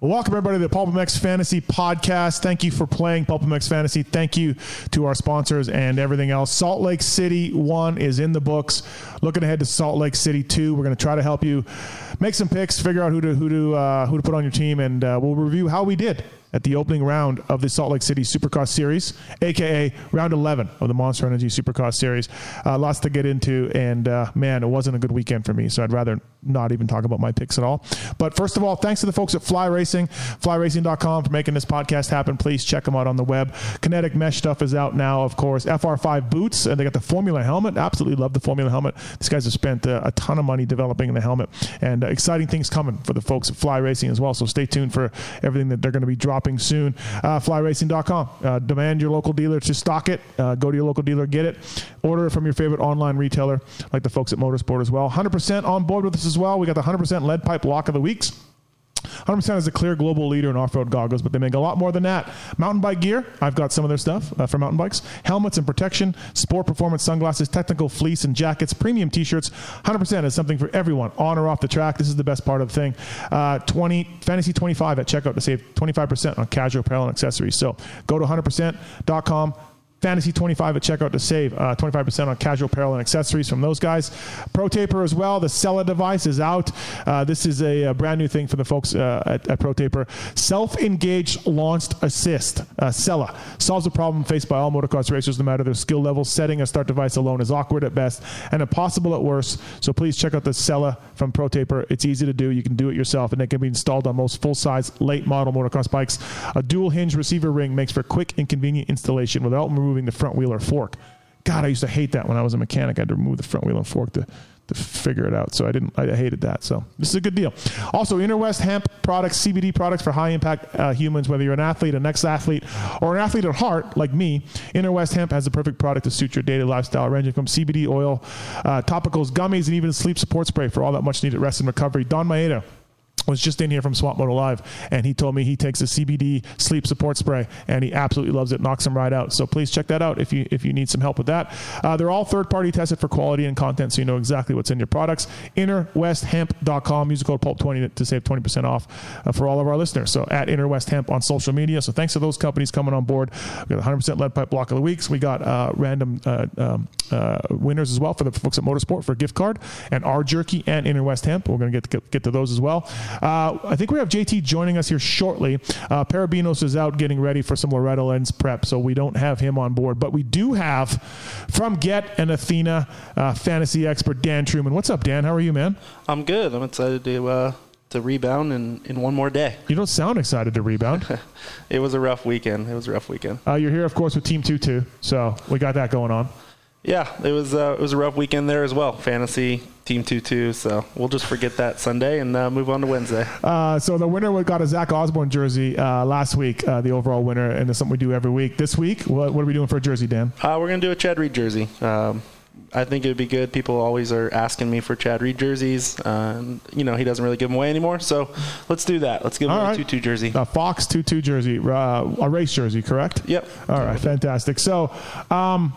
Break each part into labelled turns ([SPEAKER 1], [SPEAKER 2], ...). [SPEAKER 1] Well, welcome everybody to the PulpMX Fantasy Podcast. Thank you for playing PulpMX Fantasy. Thank you to our sponsors and everything else. Salt Lake City 1 is in the books. Looking ahead to Salt Lake City 2. We're going to try to help you make some picks, figure out who to who to uh, who to put on your team and uh, we'll review how we did at the opening round of the Salt Lake City Supercross Series, aka round 11 of the Monster Energy Supercross Series. Uh, lots to get into, and uh, man, it wasn't a good weekend for me, so I'd rather not even talk about my picks at all. But first of all, thanks to the folks at Fly Racing, flyracing.com for making this podcast happen. Please check them out on the web. Kinetic Mesh stuff is out now, of course. FR5 boots, and they got the Formula helmet. Absolutely love the Formula helmet. These guys have spent uh, a ton of money developing the helmet, and uh, exciting things coming for the folks at Fly Racing as well. So stay tuned for everything that they're going to be dropping soon. Uh, flyracing.com. Uh, demand your local dealer to stock it. Uh, go to your local dealer, get it. Order it from your favorite online retailer, like the folks at Motorsport as well. 100% on board with us as well. We got the 100% lead pipe lock of the weeks. 100% is a clear global leader in off-road goggles, but they make a lot more than that. Mountain bike gear, I've got some of their stuff uh, for mountain bikes. Helmets and protection, sport performance sunglasses, technical fleece and jackets, premium t-shirts. 100% is something for everyone on or off the track. This is the best part of the thing. Uh, 20 Fantasy 25 at checkout to save 25% on casual apparel and accessories. So go to 100%.com Fantasy 25 at checkout to save uh, 25% on casual apparel and accessories from those guys. Pro Taper as well. The Sella device is out. Uh, this is a, a brand new thing for the folks uh, at, at Pro Taper. Self engaged launched assist. Uh, Sella solves a problem faced by all motocross racers, no matter their skill level. Setting a start device alone is awkward at best and impossible at worst. So please check out the Sella from Pro Taper. It's easy to do. You can do it yourself, and it can be installed on most full size late model motocross bikes. A dual hinge receiver ring makes for quick and convenient installation without removing the front wheel or fork. God, I used to hate that when I was a mechanic. I had to remove the front wheel and fork to, to figure it out. So I didn't. I hated that. So this is a good deal. Also, Interwest Hemp products, CBD products for high impact uh, humans. Whether you're an athlete, an ex athlete, or an athlete at heart like me, Interwest Hemp has the perfect product to suit your daily lifestyle, ranging from CBD oil, uh, topicals, gummies, and even sleep support spray for all that much needed rest and recovery. Don Maeda was just in here from Swap Moto Live, and he told me he takes a CBD sleep support spray, and he absolutely loves it. Knocks him right out. So please check that out if you if you need some help with that. Uh, they're all third party tested for quality and content, so you know exactly what's in your products. InnerWestHemp.com. Use the code Pulp twenty to save twenty percent off uh, for all of our listeners. So at InnerWest Hemp on social media. So thanks to those companies coming on board. We got one hundred percent lead pipe block of the weeks. We got uh, random uh, um, uh, winners as well for the folks at Motorsport for a gift card and our jerky and InnerWest Hemp. We're going to get get to those as well. Uh, I think we have JT joining us here shortly. Uh, Parabinos is out getting ready for some Loretta Lens prep, so we don't have him on board. But we do have from Get and Athena uh, fantasy expert Dan Truman. What's up, Dan? How are you, man?
[SPEAKER 2] I'm good. I'm excited to uh, to rebound in, in one more day.
[SPEAKER 1] You don't sound excited to rebound.
[SPEAKER 2] It was a rough weekend. It was a rough weekend.
[SPEAKER 1] Uh, you're here, of course, with Team 2 2, so we got that going on.
[SPEAKER 2] Yeah, it was uh, it was a rough weekend there as well. Fantasy team two two. So we'll just forget that Sunday and uh, move on to Wednesday.
[SPEAKER 1] Uh, so the winner got a Zach Osborne jersey uh, last week, uh, the overall winner, and it's something we do every week. This week, what, what are we doing for a jersey, Dan?
[SPEAKER 2] Uh, we're gonna do a Chad Reed jersey. Um, I think it would be good. People always are asking me for Chad Reed jerseys. Uh, and, you know, he doesn't really give them away anymore. So let's do that. Let's give him
[SPEAKER 1] All
[SPEAKER 2] a
[SPEAKER 1] right.
[SPEAKER 2] two two jersey.
[SPEAKER 1] A Fox 2 2 jersey, uh, a race jersey, correct?
[SPEAKER 2] Yep.
[SPEAKER 1] All right, fantastic. So, um,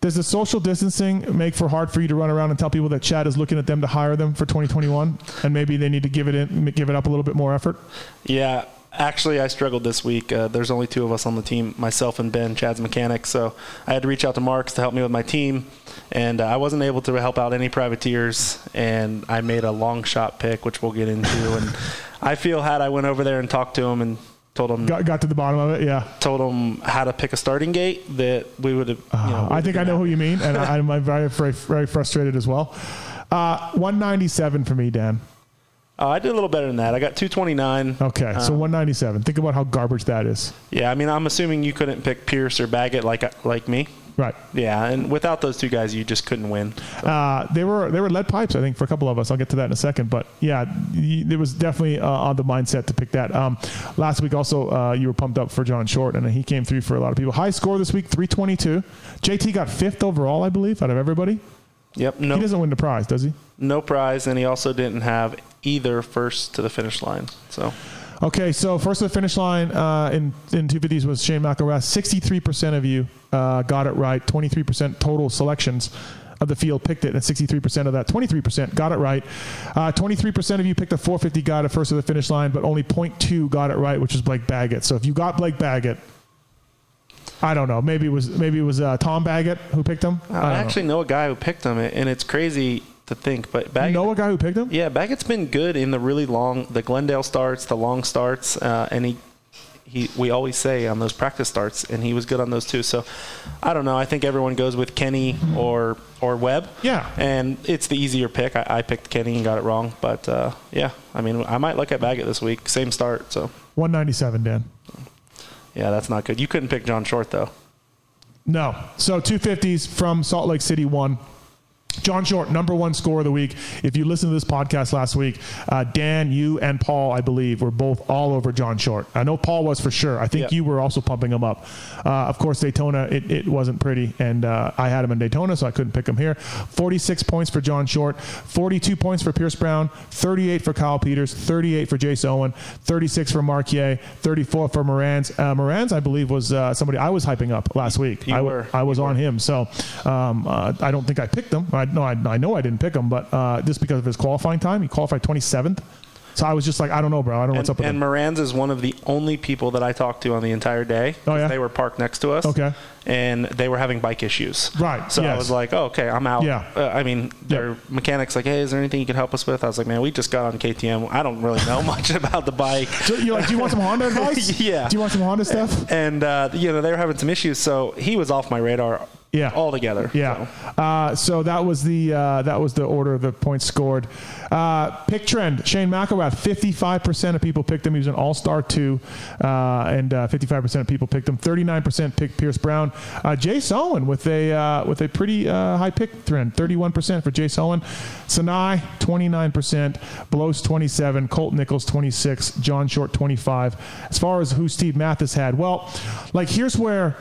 [SPEAKER 1] does the social distancing make for hard for you to run around and tell people that Chad is looking at them to hire them for 2021, and maybe they need to give it in, give it up a little bit more effort?
[SPEAKER 2] Yeah, actually, I struggled this week. Uh, there's only two of us on the team, myself and Ben, Chad's mechanic. So I had to reach out to Marks to help me with my team, and uh, I wasn't able to help out any privateers. And I made a long shot pick, which we'll get into. and I feel had I went over there and talked to him and told him
[SPEAKER 1] Got, got to the bottom of it, yeah.
[SPEAKER 2] told him how to pick a starting gate, that we would have. you
[SPEAKER 1] Uh,
[SPEAKER 2] know,
[SPEAKER 1] I think I know who you mean, and I, I'm very, very, very frustrated as well. Uh, 197 for me, Dan.
[SPEAKER 2] Uh, I did a little better than that. I got 229.
[SPEAKER 1] Okay, so 197. Think about how garbage that is.
[SPEAKER 2] Yeah, I mean, I'm assuming you couldn't pick Pierce or Baggett like like me.
[SPEAKER 1] Right.
[SPEAKER 2] Yeah, and without those two guys, you just couldn't win.
[SPEAKER 1] Uh, they were they were lead pipes, I think, for a couple of us. I'll get to that in a second. But yeah, y- it was definitely uh, on the mindset to pick that. Um, last week also, uh, you were pumped up for John Short, and he came through for a lot of people. High score this week, 322. JT got fifth overall, I believe, out of everybody.
[SPEAKER 2] Yep,
[SPEAKER 1] He
[SPEAKER 2] no,
[SPEAKER 1] doesn't win the prize, does he?
[SPEAKER 2] no prize, and he also didn't have either first to the finish line. So
[SPEAKER 1] Okay, so first to the finish line uh, in in two fifties was Shane McElrath. Sixty three percent of you uh, got it right. Twenty three percent total selections. of the field picked it, and 63% of that, 23% got it right. Uh, 23% of you picked the 450 guy to first of the finish line, but only 0.2 got it right, which was Blake Baggett. So if you got Blake Baggett, I don't know. Maybe it was maybe it was uh, Tom Baggett who picked him.
[SPEAKER 2] I,
[SPEAKER 1] don't
[SPEAKER 2] Uh, actually know. a guy who picked him, and it's crazy to think, but
[SPEAKER 1] know.
[SPEAKER 2] Baggett,
[SPEAKER 1] You know a guy who picked him.
[SPEAKER 2] yeah, Baggett's been good in the really long, the Glendale starts, the long starts, uh, and he. He, we always say on those practice starts, and he was good on those too. So, I don't know. I think everyone goes with Kenny or or Webb.
[SPEAKER 1] Yeah.
[SPEAKER 2] and it's the easier pick. I, I picked Kenny and got it wrong, but uh, yeah, I mean, I might look at Baggett this week. Same start, so
[SPEAKER 1] 197, Dan.
[SPEAKER 2] yeah, that's not good. You couldn't pick John Short though.
[SPEAKER 1] No. So 250s from Salt Lake City one. John Short, number one scorer of the week. If you listen to this podcast last week, uh, Dan, you and Paul, I believe, were both all over John Short. I know Paul was for sure. I think
[SPEAKER 2] Yeah.
[SPEAKER 1] you were also pumping him up. Uh, of course, Daytona, it, it wasn't pretty, and uh, I had him in Daytona, so I couldn't pick him here. 46 points for John Short, 42 points for Pierce Brown, 38 for Kyle Peters, 38 for Jace Owen, 36 for Marquier, 34 for Moran's. Uh, Moran's, I believe, was uh, somebody I was hyping up last week.
[SPEAKER 2] You
[SPEAKER 1] I,
[SPEAKER 2] were.
[SPEAKER 1] I was on him, so um, uh, I don't think I picked him. I, no, I, I know I didn't pick him, but uh, just because of his qualifying time, he qualified 27th. So I was just like, I don't know, bro. I don't know what's
[SPEAKER 2] And,
[SPEAKER 1] up with
[SPEAKER 2] and
[SPEAKER 1] him.
[SPEAKER 2] Moran's is one of the only people that I talked to on the entire day.
[SPEAKER 1] Oh, yeah?
[SPEAKER 2] They were parked next to us.
[SPEAKER 1] Okay.
[SPEAKER 2] And they were having bike issues.
[SPEAKER 1] Right,
[SPEAKER 2] So I
[SPEAKER 1] yes.
[SPEAKER 2] was like, oh, okay, I'm out.
[SPEAKER 1] Yeah.
[SPEAKER 2] Uh, I mean, their
[SPEAKER 1] Yeah.
[SPEAKER 2] mechanic's like, hey, is there anything you could help us with? I was like, man, we just got on KTM. I don't really know much about the bike.
[SPEAKER 1] So you're like, do you want some Honda advice?
[SPEAKER 2] Yeah.
[SPEAKER 1] Do you want some Honda stuff?
[SPEAKER 2] And, uh, you know, they were having some issues. So he was off my radar
[SPEAKER 1] Yeah.
[SPEAKER 2] altogether.
[SPEAKER 1] Yeah.
[SPEAKER 2] So,
[SPEAKER 1] Uh, so that was the uh, that was the order of the points scored. Uh, pick trend: Shane McElrath. Fifty-five percent of people picked him. He was an All-Star two, uh, and fifty-five percent of people picked him. Thirty-nine percent picked Pierce Brown. Uh, Jay Owen with a uh, with a pretty uh, high pick trend. Thirty-one percent for Jay Owen. Sanai twenty-nine percent. Blows twenty-seven. Colt Nichols twenty-six. John Short twenty-five. As far as who Steve Mathis had, well, like here's where.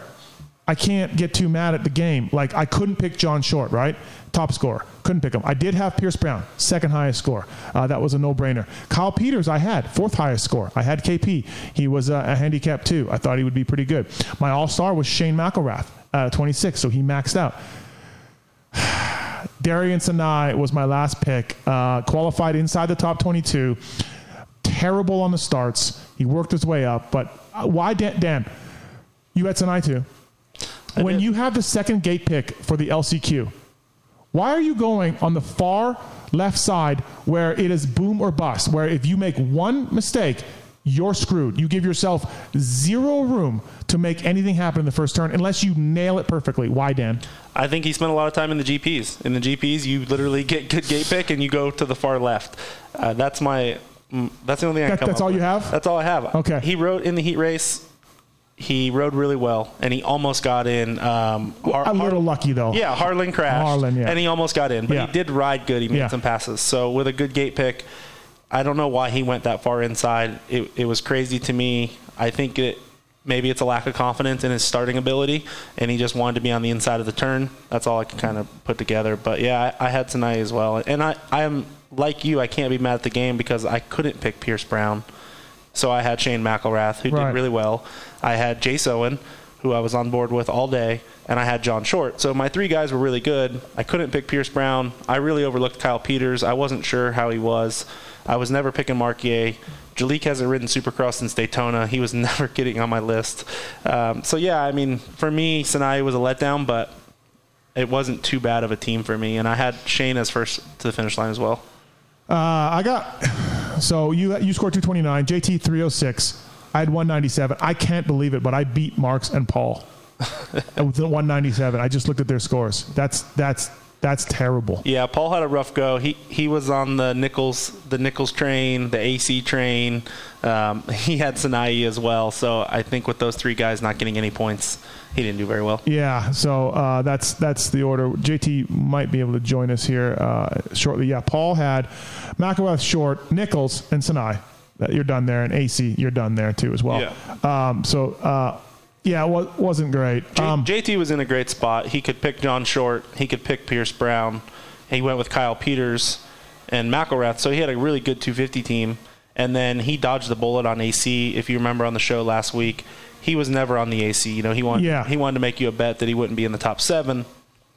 [SPEAKER 1] I can't get too mad at the game. Like I couldn't pick John Short, right? Top scorer. Couldn't pick him. I did have Pierce Brown, second highest score. Uh, that was a no-brainer. Kyle Peters, I had fourth highest score. I had KP. He was uh, a handicap too. I thought he would be pretty good. My all-star was Shane McElrath, uh, 26, so he maxed out. Darian Sinai was my last pick. Uh, qualified inside the top 22. Terrible on the starts. He worked his way up, but uh, why Dan? Dan you had Sinai too when
[SPEAKER 2] did.
[SPEAKER 1] you have the second gate pick for the LCQ, why are you going on the far left side where it is boom or bust, where if you make one mistake, you're screwed. You give yourself zero room to make anything happen in the first turn unless you nail it perfectly. Why, Dan?
[SPEAKER 2] I think he spent a lot of time in the GPs. In the GPs, you literally get good gate pick and you go to the far left. Uh, that's my. mm, That's the only thing I
[SPEAKER 1] That-
[SPEAKER 2] come
[SPEAKER 1] that's
[SPEAKER 2] up
[SPEAKER 1] all you
[SPEAKER 2] with.
[SPEAKER 1] have?
[SPEAKER 2] That's all I have.
[SPEAKER 1] Okay.
[SPEAKER 2] He rode in the heat race. He rode really well, and he almost got in. Um, Har-
[SPEAKER 1] A
[SPEAKER 2] Har-
[SPEAKER 1] little lucky, though.
[SPEAKER 2] Yeah, Harlan crashed.
[SPEAKER 1] Harlan, yeah.
[SPEAKER 2] And he almost got in, but
[SPEAKER 1] Yeah.
[SPEAKER 2] he did ride good. He made
[SPEAKER 1] Yeah.
[SPEAKER 2] some passes. So with a good gate pick, I don't know why he went that far inside. It, it was crazy to me. I think it maybe it's a lack of confidence in his starting ability, and he just wanted to be on the inside of the turn. That's all I can kind of put together. But yeah, I, I had tonight as well, and I I'm like you. I can't be mad at the game because I couldn't pick Pierce Brown. So I had Shane McElrath, who
[SPEAKER 1] Right.
[SPEAKER 2] did really well. I had Jace Owen, who I was on board with all day, and I had John Short. So my three guys were really good. I couldn't pick Pierce Brown. I really overlooked Kyle Peters. I wasn't sure how he was. I was never picking Marquier. Jalik hasn't ridden Supercross since Daytona. He was never getting on my list. Um, so yeah, I mean, for me, Sinai was a letdown, but it wasn't too bad of a team for me. And I had Shane as first to the finish line as well.
[SPEAKER 1] Uh, I got so you you scored 229, JT 306. I had 197. I can't believe it, but I beat Marks and Paul with the 197. I just looked at their scores. That's that's that's terrible.
[SPEAKER 2] Yeah, Paul had a rough go. He he was on the Nichols the Nichols train, the AC train. Um, he had Sinai as well. So I think with those three guys not getting any points, he didn't do very well.
[SPEAKER 1] Yeah, so uh, that's that's the order. JT might be able to join us here uh, shortly. Yeah, Paul had McElrath, Short, Nichols, and Sinai. Uh, You're done there, and AC, you're done there too as well. Um, so uh, yeah, it wa- wasn't great.
[SPEAKER 2] J-
[SPEAKER 1] Um,
[SPEAKER 2] JT was in a great spot. He could pick John Short. He could pick Pierce Brown. He went with Kyle Peters and McElrath. So he had a really good 250 team. And then he dodged the bullet on AC. If you remember on the show last week, he was never on the AC. You know, he wanted
[SPEAKER 1] Yeah.
[SPEAKER 2] he wanted to make you a bet that he wouldn't be in the top seven.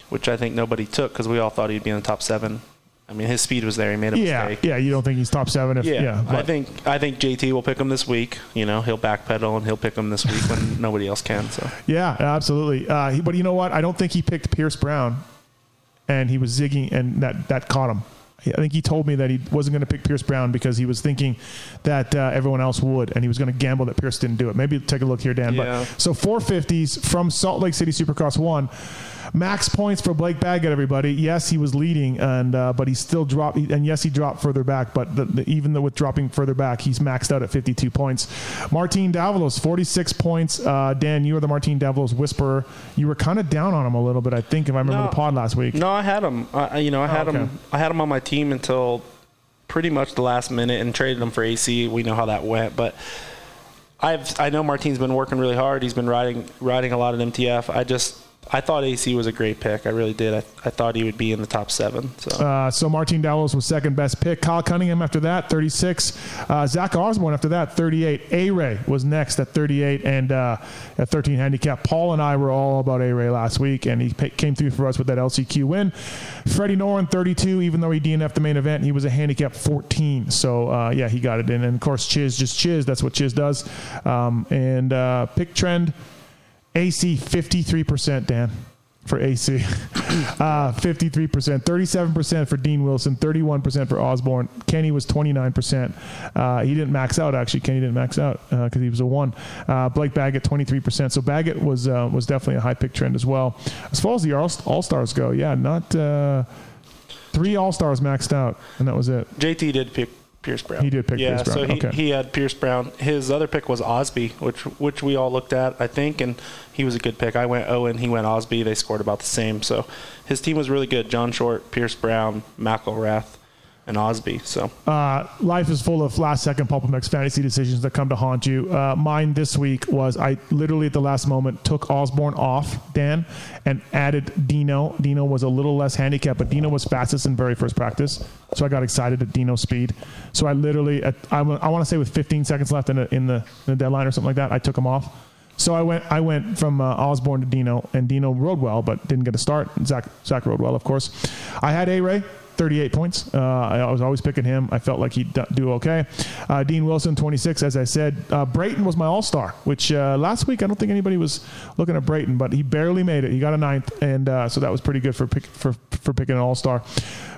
[SPEAKER 2] which I think nobody took because we all thought he'd be in the top seven. I mean, his speed was there. He made a
[SPEAKER 1] Yeah,
[SPEAKER 2] mistake.
[SPEAKER 1] yeah. You don't think he's top seven? If, yeah,
[SPEAKER 2] Yeah, I
[SPEAKER 1] but-
[SPEAKER 2] think I think JT will pick him this week. You know, he'll backpedal and he'll pick him this week when nobody else can. So
[SPEAKER 1] yeah, absolutely. Uh, he, but you know what? I don't think he picked Pierce Brown, and he was zigging, and that that caught him. I think he told me that he wasn't going to pick Pierce Brown because he was thinking that uh, everyone else would, and he was going to gamble that Pierce didn't do it. Maybe take a look here, Dan.
[SPEAKER 2] Yeah.
[SPEAKER 1] But so 450s from Salt Lake City Supercross one, max points for Blake Baggett. Everybody, yes, he was leading, and uh, but he still dropped, and yes, he dropped further back. But the, the, even though with dropping further back, he's maxed out at 52 points. Martin Davalos 46 points. Uh, Dan, you are the Martin Davalos whisperer. You were kind of down on him a little bit, I think, if I remember
[SPEAKER 2] No.
[SPEAKER 1] the pod last week. Oh,
[SPEAKER 2] no, I had him. I, I- you know, I had
[SPEAKER 1] okay.
[SPEAKER 2] him. I had him on my team until pretty much the last minute and traded him for AC. We know how that went, but I've I know Martin's been working really hard. He's been riding riding a lot at MTF. I just I thought AC was a great pick. I really did. I, I thought he would be in the top seven. So
[SPEAKER 1] Uh, so Martin Dowles was second best pick. Kyle Cunningham after that, 36. Uh, Zach Osborne after that, 38. A Ray was next at 38 and uh, at 13 handicap. Paul and I were all about A Ray last week, and he pa came through for us with that LCQ win. Freddie Noren, 32. Even though he DNF'd the main event, he was a handicap 14. So uh, yeah, he got it in. And of course, Chiz just Chiz. That's what Chiz does. Um, and uh, pick trend. AC 53%, Dan, for AC. Uh, 53%, 37% for Dean Wilson, 31% for Osborne. Kenny was 29%. Uh, he didn't max out, actually. Kenny didn't max out because he was a one. Uh, Blake Baggett, 23%. So Baggett was uh, was definitely a high pick trend as well. As far as the All Stars go, yeah, not uh, three All Stars maxed out, and that was it.
[SPEAKER 2] JT did pick Pierce Brown.
[SPEAKER 1] He did pick
[SPEAKER 2] yeah,
[SPEAKER 1] Pierce Brown,
[SPEAKER 2] So he,
[SPEAKER 1] okay.
[SPEAKER 2] he had Pierce Brown. His other pick was Osby, which which we all looked at, I think, and he was a good pick. I went Owen, he went Osby. They scored about the same. So his team was really good. John Short, Pierce Brown, McElrath, and Osby. So
[SPEAKER 1] Uh, life is full of last second Pulpamex fantasy decisions that come to haunt you. Uh, mine this week was I literally at the last moment took Osborne off, Dan, and added Dino. Dino was a little less handicapped, but Dino was fastest in very first practice. So I got excited at Dino's speed. So I literally, at, I, want to say with 15 seconds left in, the in, the, in the deadline or something like that, I took him off. So I went. I went from uh, Osborne to Dino, and Dino rode well, but didn't get a start. Zach Zach rode well, of course. I had A Ray, 38 points. Uh, I was always picking him. I felt like he'd do- do okay. Uh, Dean Wilson, 26, as I said. Uh, Brayton was my All Star, which uh, last week I don't think anybody was looking at Brayton, but he barely made it. He got a ninth, and uh, so that was pretty good for pick, for for picking an All Star.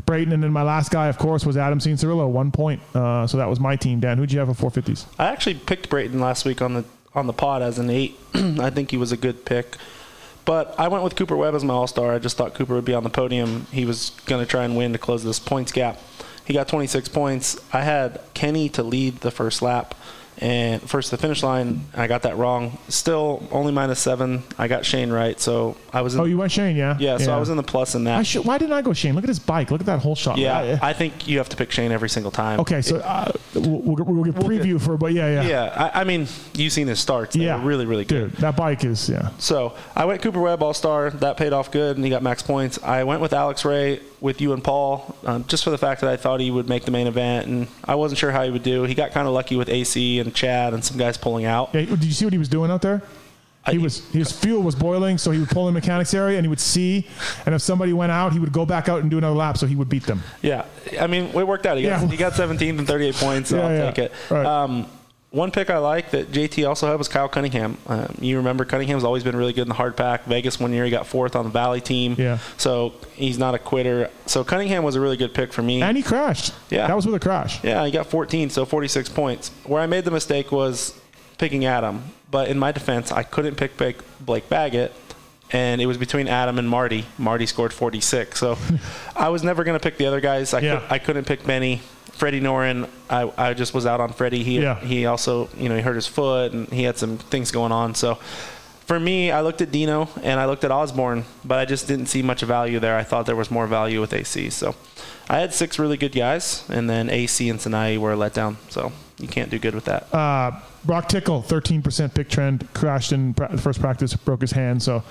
[SPEAKER 1] Brayton, and then my last guy, of course, was Adam Cincirillo, one point. Uh, so that was my team. Dan, who'd you have for 450s?
[SPEAKER 2] I actually picked Brayton last week on the on the pod as an eight. I think he was a good pick. But I went with Cooper Webb as my all star. I just thought Cooper would be on the podium. He was going to try and win to close this points gap. He got 26 points. I had Kenny to lead the first lap and first to the finish line. I got that wrong. Still only minus seven. I got Shane right. So I was in,
[SPEAKER 1] Oh, you went Shane, yeah?
[SPEAKER 2] yeah, so I was in the plus in that.
[SPEAKER 1] I should, why didn't I go Shane? Look at his bike. Look at that whole shot.
[SPEAKER 2] yeah,
[SPEAKER 1] I-
[SPEAKER 2] I think you have to pick Shane every single time.
[SPEAKER 1] okay, so uh, we'll, we'll, we'll get preview for, but yeah, yeah,
[SPEAKER 2] Yeah, I, I mean, you've seen his starts. They
[SPEAKER 1] Yeah.
[SPEAKER 2] were really, really good.
[SPEAKER 1] Dude, that bike is yeah.
[SPEAKER 2] So I went Cooper Webb All Star. That paid off good, and he got max points. I went with Alex Ray with you and Paul, um, just for the fact that I thought he would make the main event, and I wasn't sure how he would do. He got kind of lucky with AC and Chad and some guys pulling out.
[SPEAKER 1] yeah. Did you see what he was doing out there? He
[SPEAKER 2] I- e-
[SPEAKER 1] was his fuel was boiling, so he would pull in the mechanics area and he would see, and if somebody went out, he would go back out and do another lap, so he would beat them.
[SPEAKER 2] Yeah, I mean, it worked out. He got
[SPEAKER 1] Yeah.
[SPEAKER 2] he got 17th and 38 points. So
[SPEAKER 1] Yeah,
[SPEAKER 2] I'll
[SPEAKER 1] yeah.
[SPEAKER 2] take it.
[SPEAKER 1] Right.
[SPEAKER 2] Um, one pick I like that JT also had was Kyle Cunningham. Um, you remember Cunningham's always been really good in the hard pack. Vegas one year he got fourth on the Valley team.
[SPEAKER 1] Yeah.
[SPEAKER 2] So he's not a quitter. So Cunningham was a really good pick for me.
[SPEAKER 1] And he crashed.
[SPEAKER 2] Yeah.
[SPEAKER 1] that was with a crash.
[SPEAKER 2] Yeah, he got 14, so 46 points. Where I made the mistake was picking Adam, but in my defense, I couldn't pick Blake, Blake Baggett, and it was between Adam and Marty. Marty scored 46, so I was never going to pick the other guys. I,
[SPEAKER 1] Yeah.
[SPEAKER 2] could, I couldn't pick Benny. Freddie Norin, I, I just was out on Freddie. He
[SPEAKER 1] Yeah.
[SPEAKER 2] he also you know he hurt his foot and he had some things going on. So for me, I looked at Dino and I looked at Osborne, but I just didn't see much value there. I thought there was more value with AC. So I had six really good guys, and then AC and Sinai were let down. So you can't do good with that.
[SPEAKER 1] Uh, Brock Tickle, 13% pick trend, crashed in pra- first practice, broke his hand. So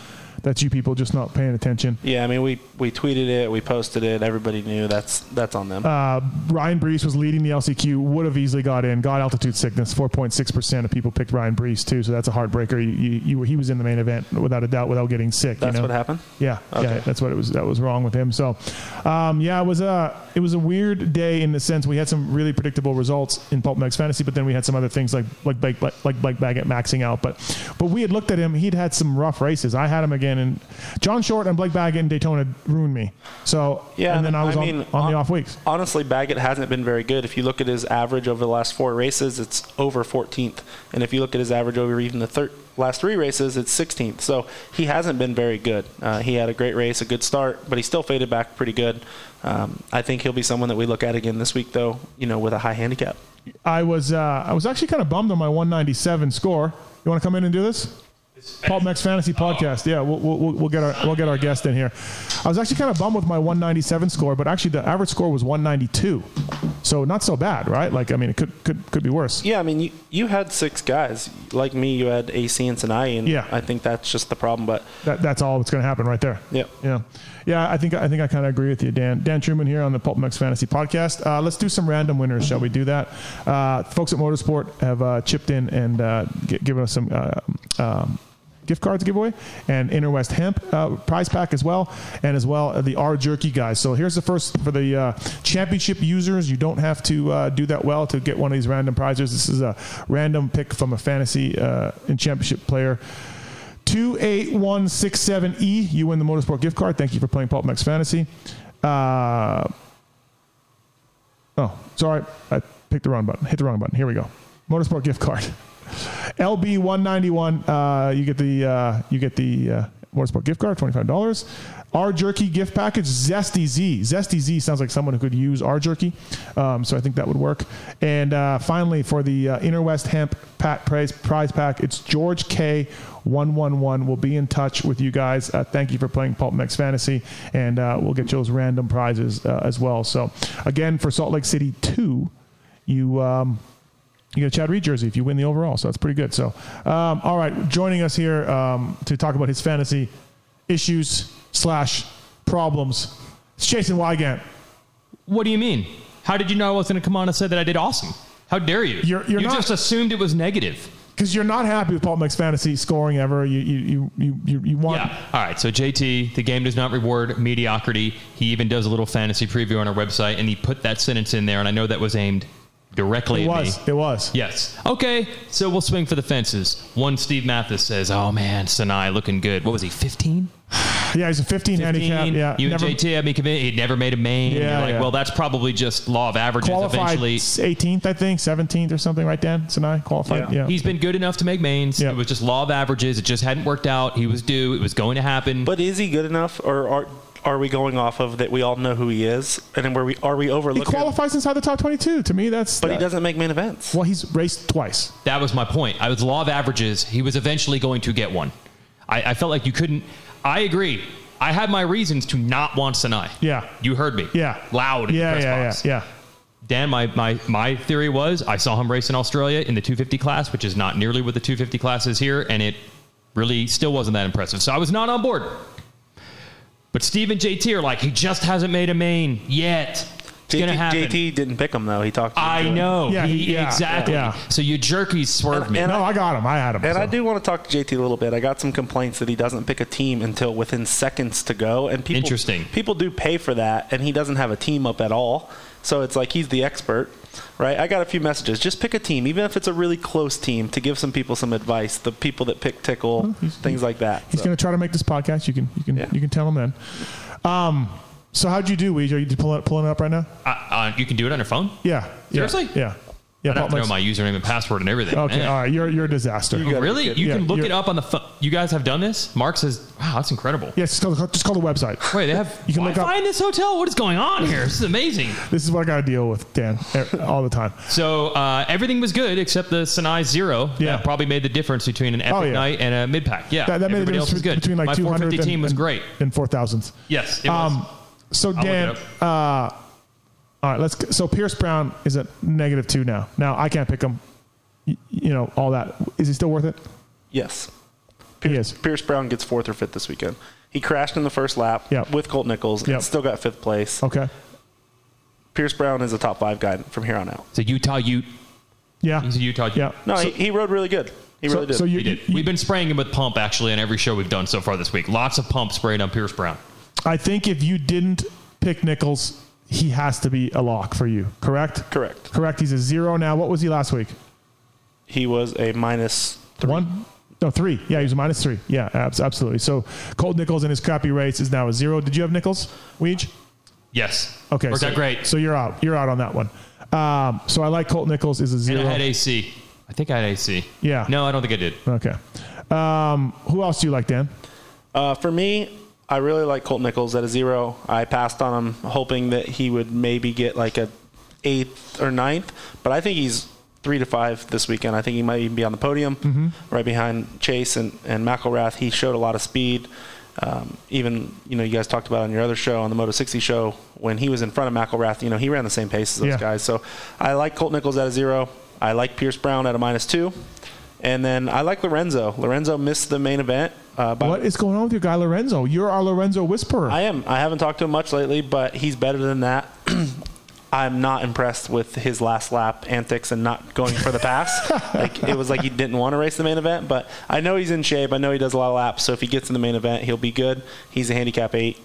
[SPEAKER 1] that's you people just not paying attention.
[SPEAKER 2] yeah, I mean we we tweeted it, we posted it, everybody knew that's that's on them.
[SPEAKER 1] Uh, Ryan Brees was leading the LCQ, would have easily got in, got altitude sickness. 4.6% of people picked Ryan Brees, too. So that's a heartbreaker. You, you, you, he was in the main event without a doubt, without getting sick.
[SPEAKER 2] that's
[SPEAKER 1] you know?
[SPEAKER 2] what happened.
[SPEAKER 1] Yeah, yeah,
[SPEAKER 2] Okay.
[SPEAKER 1] that's what it was. That was wrong with him. So, um, yeah, it was a it was a weird day in the sense we had some really predictable results in Pulp Max Fantasy, but then we had some other things like like Blake, like Blake Baggett maxing out. But but we had looked at him; he'd had some rough races. I had him again, and John Short and Blake Baggett in Daytona ruined me. So
[SPEAKER 2] Yeah,
[SPEAKER 1] and then I was
[SPEAKER 2] I
[SPEAKER 1] on,
[SPEAKER 2] mean,
[SPEAKER 1] on the
[SPEAKER 2] on-
[SPEAKER 1] off weeks.
[SPEAKER 2] Honestly, Baggett hasn't been very good. If you look at his average over the last four races, it's over 14th. And if you look at his average over even the thir- last three races, it's 16th. So he hasn't been very good. Uh, he had a great race, a good start, but he still faded back pretty good. Um, I think he'll be someone that we look at again this week, though, you know, with a high handicap.
[SPEAKER 1] I was uh, I was actually kind of bummed on my 197 score. You want to come in and do this? Paul Max Fantasy Podcast. Yeah, we'll, we'll, we'll- we'll get our we'll get our guest in here. I was actually kind of bummed with my 197 score, but actually the average score was 192, so not so bad, right? Like I mean, it could could could be worse.
[SPEAKER 2] Yeah, I mean, you, you had six guys. Like me, you had AC and Sinai, and
[SPEAKER 1] Yeah.
[SPEAKER 2] I think that's just the problem. But
[SPEAKER 1] That, that's all that's going to happen right there.
[SPEAKER 2] Yep.
[SPEAKER 1] Yeah. Yeah. I think I think I kind of agree with you, Dan. Dan Truman here on the Pulp Mex Fantasy Podcast. Uh, let's do some random winners, shall we? Do that. Uh, folks at Motorsport have uh, chipped in and uh, gi- given us some. Uh, um, Gift cards giveaway and Inner West Hemp uh, prize pack as well, and as well uh, the R Jerky guys. So here's the first for the uh, championship users. You don't have to uh, do that well to get one of these random prizes. This is a random pick from a fantasy uh, and championship player. 28167E. E, You win the motorsport gift card. Thank you for playing Pulp Max Fantasy. Uh, oh, sorry. I picked the wrong button. Hit the wrong button. Here we go. Motorsport gift card. LB191. Uh, you get the uh, you get the uh, motorsport gift card, $25. Our jerky gift package, Zesty Z. Zesty Z sounds like someone who could use our jerky. Um, so I think that would work. And uh, finally, for the uh, Inner West Hemp Pat Prize, prize Pack, it's George K. 111 will be in touch with you guys. Uh, thank you for playing Pulp Mex Fantasy, and uh, we'll get you those random prizes uh, as well. So, again, for Salt Lake City 2, you um, you get a Chad Reed jersey if you win the overall. So that's pretty good. So, um, all right, joining us here um, to talk about his fantasy issues slash problems. It's Jason Wygant.
[SPEAKER 3] What do you mean? How did you know I wasn't going to come on and say that I did awesome? How dare you?
[SPEAKER 1] You're- you're
[SPEAKER 3] you
[SPEAKER 1] not-
[SPEAKER 3] just assumed it was negative.
[SPEAKER 1] Because you're not happy with Paul Mex fantasy scoring ever. You you you you, you, you want
[SPEAKER 3] Yeah. All right. So JT, the game does not reward mediocrity. He even does a little fantasy preview on our website, and he put that sentence in there, and I know that was aimed directly
[SPEAKER 1] it
[SPEAKER 3] at
[SPEAKER 1] was
[SPEAKER 3] me.
[SPEAKER 1] it was
[SPEAKER 3] Yes. Okay. So we'll swing for the fences. One Steve Mathis says, "Oh man, Sinai looking good. What was he? 15?
[SPEAKER 1] yeah he's a 15,
[SPEAKER 3] 15?
[SPEAKER 1] handicap yeah
[SPEAKER 3] You and JT had me convinced he'd never made a main. and
[SPEAKER 1] Yeah,
[SPEAKER 3] you're like,
[SPEAKER 1] yeah.
[SPEAKER 3] well, that's probably just law of averages.
[SPEAKER 1] qualified
[SPEAKER 3] Eventually,
[SPEAKER 1] 18th I think 17th or something right Dan Sinai qualified yeah,
[SPEAKER 2] Yeah.
[SPEAKER 3] He's been good enough to make mains.
[SPEAKER 1] Yeah.
[SPEAKER 3] It was just law of averages. It just hadn't worked out. He was due. It was going to happen.
[SPEAKER 2] But is he good enough, or are are we going off of that? We all know who he is, and then were we are we
[SPEAKER 1] he
[SPEAKER 2] overlooking?
[SPEAKER 1] qualifies inside the top 22 to me that's
[SPEAKER 2] but he
[SPEAKER 1] that-
[SPEAKER 2] doesn't make main events.
[SPEAKER 1] well he's raced twice
[SPEAKER 3] that was my point. I was law of averages. He was eventually going to get one. I, I felt like you couldn't. I agree. I had my reasons to not want Sinai.
[SPEAKER 1] Yeah.
[SPEAKER 3] You heard me.
[SPEAKER 1] yeah
[SPEAKER 3] Loud. in the
[SPEAKER 1] yeah
[SPEAKER 3] press
[SPEAKER 1] yeah
[SPEAKER 3] box.
[SPEAKER 1] yeah yeah
[SPEAKER 3] Dan, my, my, my theory was I saw him race in Australia in the 250 class, which is not nearly what the 250 class is here, and it really still wasn't that impressive. So I was not on board. But Steve and JT are like, he just hasn't made a main yet. It's going to
[SPEAKER 2] JT,
[SPEAKER 3] happen.
[SPEAKER 2] JT didn't pick him though. He talked. him
[SPEAKER 3] I
[SPEAKER 2] into it.
[SPEAKER 3] know.
[SPEAKER 1] Yeah,
[SPEAKER 3] He-
[SPEAKER 1] he- yeah,
[SPEAKER 3] exactly.
[SPEAKER 1] yeah.
[SPEAKER 3] So you jerkies swerved me.
[SPEAKER 2] And
[SPEAKER 1] no
[SPEAKER 2] I-
[SPEAKER 1] I, got him I had him
[SPEAKER 2] And
[SPEAKER 1] so.
[SPEAKER 2] I do want to talk to JT a little bit. I got some complaints that he doesn't pick a team until within seconds to go, and people
[SPEAKER 3] Interesting.
[SPEAKER 2] people do pay for that, and he doesn't have a team up at all. So it's like he's the expert, right? I got a few messages. Just pick a team, even if it's a really close team, to give some people some advice. The people that pick tickle, things like that.
[SPEAKER 1] He's
[SPEAKER 2] So-
[SPEAKER 1] going to try to make this podcast. You can you can
[SPEAKER 2] Yeah.
[SPEAKER 1] you can tell him then. Um, so how'd you do, Weege? Are you pulling it, pulling it up right now?
[SPEAKER 3] I- I- you can do it on your phone?
[SPEAKER 1] Yeah. Yeah.
[SPEAKER 3] Seriously?
[SPEAKER 1] Yeah. Yeah.
[SPEAKER 3] I don't
[SPEAKER 1] Paul
[SPEAKER 3] know my
[SPEAKER 1] Mix-
[SPEAKER 3] username and password and everything.
[SPEAKER 1] okay.
[SPEAKER 3] Man.
[SPEAKER 1] All right. You're you're a disaster.
[SPEAKER 3] Oh, really? You
[SPEAKER 1] Yeah,
[SPEAKER 3] can look
[SPEAKER 1] you're-
[SPEAKER 3] it up on the phone. You guys have done this? Mark says, wow, that's incredible.
[SPEAKER 1] Yes. Just call, the- just call the website.
[SPEAKER 3] Wait, they have
[SPEAKER 1] You can look
[SPEAKER 3] Wi-Fi
[SPEAKER 1] up-
[SPEAKER 3] in this hotel? What is going on here? This is amazing.
[SPEAKER 1] This is what I got to deal with, Dan, e- all the time.
[SPEAKER 3] So uh, everything was good except the Sinai zero.
[SPEAKER 1] Yeah.
[SPEAKER 3] That probably made the difference between an epic
[SPEAKER 1] Oh, yeah.
[SPEAKER 3] night and a mid pack. Yeah.
[SPEAKER 1] That, that made a
[SPEAKER 3] Everybody
[SPEAKER 1] difference
[SPEAKER 3] else was good.
[SPEAKER 1] between like
[SPEAKER 3] My
[SPEAKER 1] 200
[SPEAKER 3] 450
[SPEAKER 1] and, Um,
[SPEAKER 3] team was
[SPEAKER 1] and-
[SPEAKER 3] great.
[SPEAKER 1] and 4,000s.
[SPEAKER 3] Yes. It was.
[SPEAKER 1] Um, so
[SPEAKER 3] look
[SPEAKER 1] Dan,
[SPEAKER 3] it
[SPEAKER 1] uh, All right, let's. So Pierce Brown is at negative two now. Now I can't pick him. Y- You know all that. Is he still worth it?
[SPEAKER 2] Yes.
[SPEAKER 1] He is.
[SPEAKER 2] Pierce Brown gets fourth or fifth this weekend. He crashed in the first lap
[SPEAKER 1] Yep.
[SPEAKER 2] with Colt Nichols
[SPEAKER 1] Yep.
[SPEAKER 2] and still got fifth place.
[SPEAKER 1] Okay.
[SPEAKER 2] Pierce Brown is a top five guy from here on out.
[SPEAKER 3] It's a Utah Ute.
[SPEAKER 1] Yeah.
[SPEAKER 3] He's a Utah Ute.
[SPEAKER 1] yeah.
[SPEAKER 2] No,
[SPEAKER 1] So-
[SPEAKER 2] he, he rode really good. He
[SPEAKER 1] so,
[SPEAKER 2] really did.
[SPEAKER 1] so you,
[SPEAKER 3] He did.
[SPEAKER 1] you-
[SPEAKER 3] We've been spraying him with pump actually on every show we've done so far this week. Lots of pump sprayed on Pierce Brown.
[SPEAKER 1] I think if you didn't pick Nichols, he has to be a lock for you. Correct.
[SPEAKER 2] Correct.
[SPEAKER 1] Correct. He's a zero now. What was he last week?
[SPEAKER 2] He was a minus
[SPEAKER 1] One. No, three. Yeah, he was a minus three. Yeah, abs- absolutely. So Colt Nichols in his crappy race is now a zero. Did you have Nichols, Weege?
[SPEAKER 3] Yes.
[SPEAKER 1] Okay.
[SPEAKER 3] Worked
[SPEAKER 1] so,
[SPEAKER 3] out great.
[SPEAKER 1] So you're out. You're out on that one. Um, so I like Colt Nichols is a
[SPEAKER 3] and
[SPEAKER 1] zero.
[SPEAKER 3] I had AC. I think I had AC.
[SPEAKER 1] Yeah.
[SPEAKER 3] No, I don't think I did.
[SPEAKER 1] Okay. Um, who else do you like, Dan?
[SPEAKER 2] Uh, for me, I really like Colt Nichols at a zero. I passed on him, hoping that he would maybe get like a eighth or ninth, but I think he's three to five this weekend. I think he might even be on the podium,
[SPEAKER 1] Mm-hmm.
[SPEAKER 2] right behind Chase and and McElrath. He showed a lot of speed. Um, even you know you guys talked about on your other show on the Moto 60 show when he was in front of McElrath. You know he ran the same pace as those
[SPEAKER 1] Yeah.
[SPEAKER 2] guys. So I like Colt Nichols at a zero. I like Pierce Brown at a minus two. And then I like Lorenzo. Lorenzo missed the main event uh, by
[SPEAKER 1] What is going on with your guy Lorenzo? You're our Lorenzo whisperer.
[SPEAKER 2] I am. I haven't talked to him much lately, but he's better than that. I'm not impressed with his last lap antics and not going for the pass. like it was like he didn't want to race the main event, but I know he's in shape. I know he does a lot of laps, so if he gets in the main event, he'll be good. He's a handicap eight,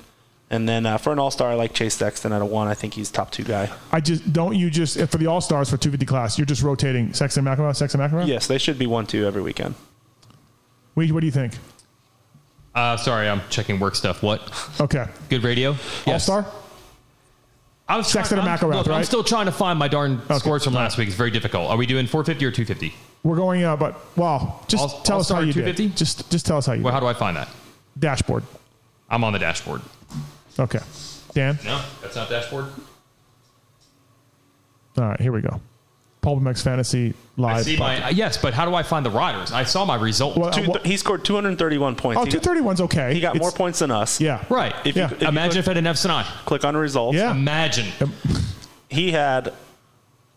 [SPEAKER 2] and then uh, for an all star, I like Chase Sexton at a one. I think he's top two guy.
[SPEAKER 1] I just don't you just uh, for the all stars for 250 class. You're just rotating Sexton McNamara, Sexton McNamara.
[SPEAKER 2] Yes, they should be one two every weekend.
[SPEAKER 1] We, what do you think?
[SPEAKER 3] Uh, sorry, I'm checking work stuff. What?
[SPEAKER 1] Okay.
[SPEAKER 3] Good radio.
[SPEAKER 1] All star.
[SPEAKER 3] I'm
[SPEAKER 1] Sexton and
[SPEAKER 3] I'm-
[SPEAKER 1] McElrath,
[SPEAKER 3] look, I'm
[SPEAKER 1] right?
[SPEAKER 3] still trying to find my darn scores from last week. It's very difficult. Are we doing 450 or 250?
[SPEAKER 1] We're going uh, but wow. Just
[SPEAKER 3] All-
[SPEAKER 1] tell us
[SPEAKER 3] all-star
[SPEAKER 1] how you
[SPEAKER 3] 250?
[SPEAKER 1] did. Just just tell us how you
[SPEAKER 3] Well,
[SPEAKER 1] did.
[SPEAKER 3] how do I find that?
[SPEAKER 1] dashboard.
[SPEAKER 3] I'm on the dashboard.
[SPEAKER 1] Okay. Dan.
[SPEAKER 3] No, that's not dashboard.
[SPEAKER 1] All right, here we go. Paul Mex Fantasy Live.
[SPEAKER 3] I see my uh, yes, but how do I find the riders? I saw my result.
[SPEAKER 1] Well,
[SPEAKER 2] Two,
[SPEAKER 1] uh, well-
[SPEAKER 2] he scored 231 points.
[SPEAKER 1] oh,
[SPEAKER 2] he, got,
[SPEAKER 1] 231's okay.
[SPEAKER 2] he got
[SPEAKER 1] It's-
[SPEAKER 2] more points than us.
[SPEAKER 1] Yeah.
[SPEAKER 3] right.
[SPEAKER 2] If you-
[SPEAKER 1] Yeah.
[SPEAKER 2] if you,
[SPEAKER 3] Imagine if I didn't have Sinai.
[SPEAKER 2] click on results,
[SPEAKER 1] Yeah.
[SPEAKER 3] Imagine.
[SPEAKER 2] he had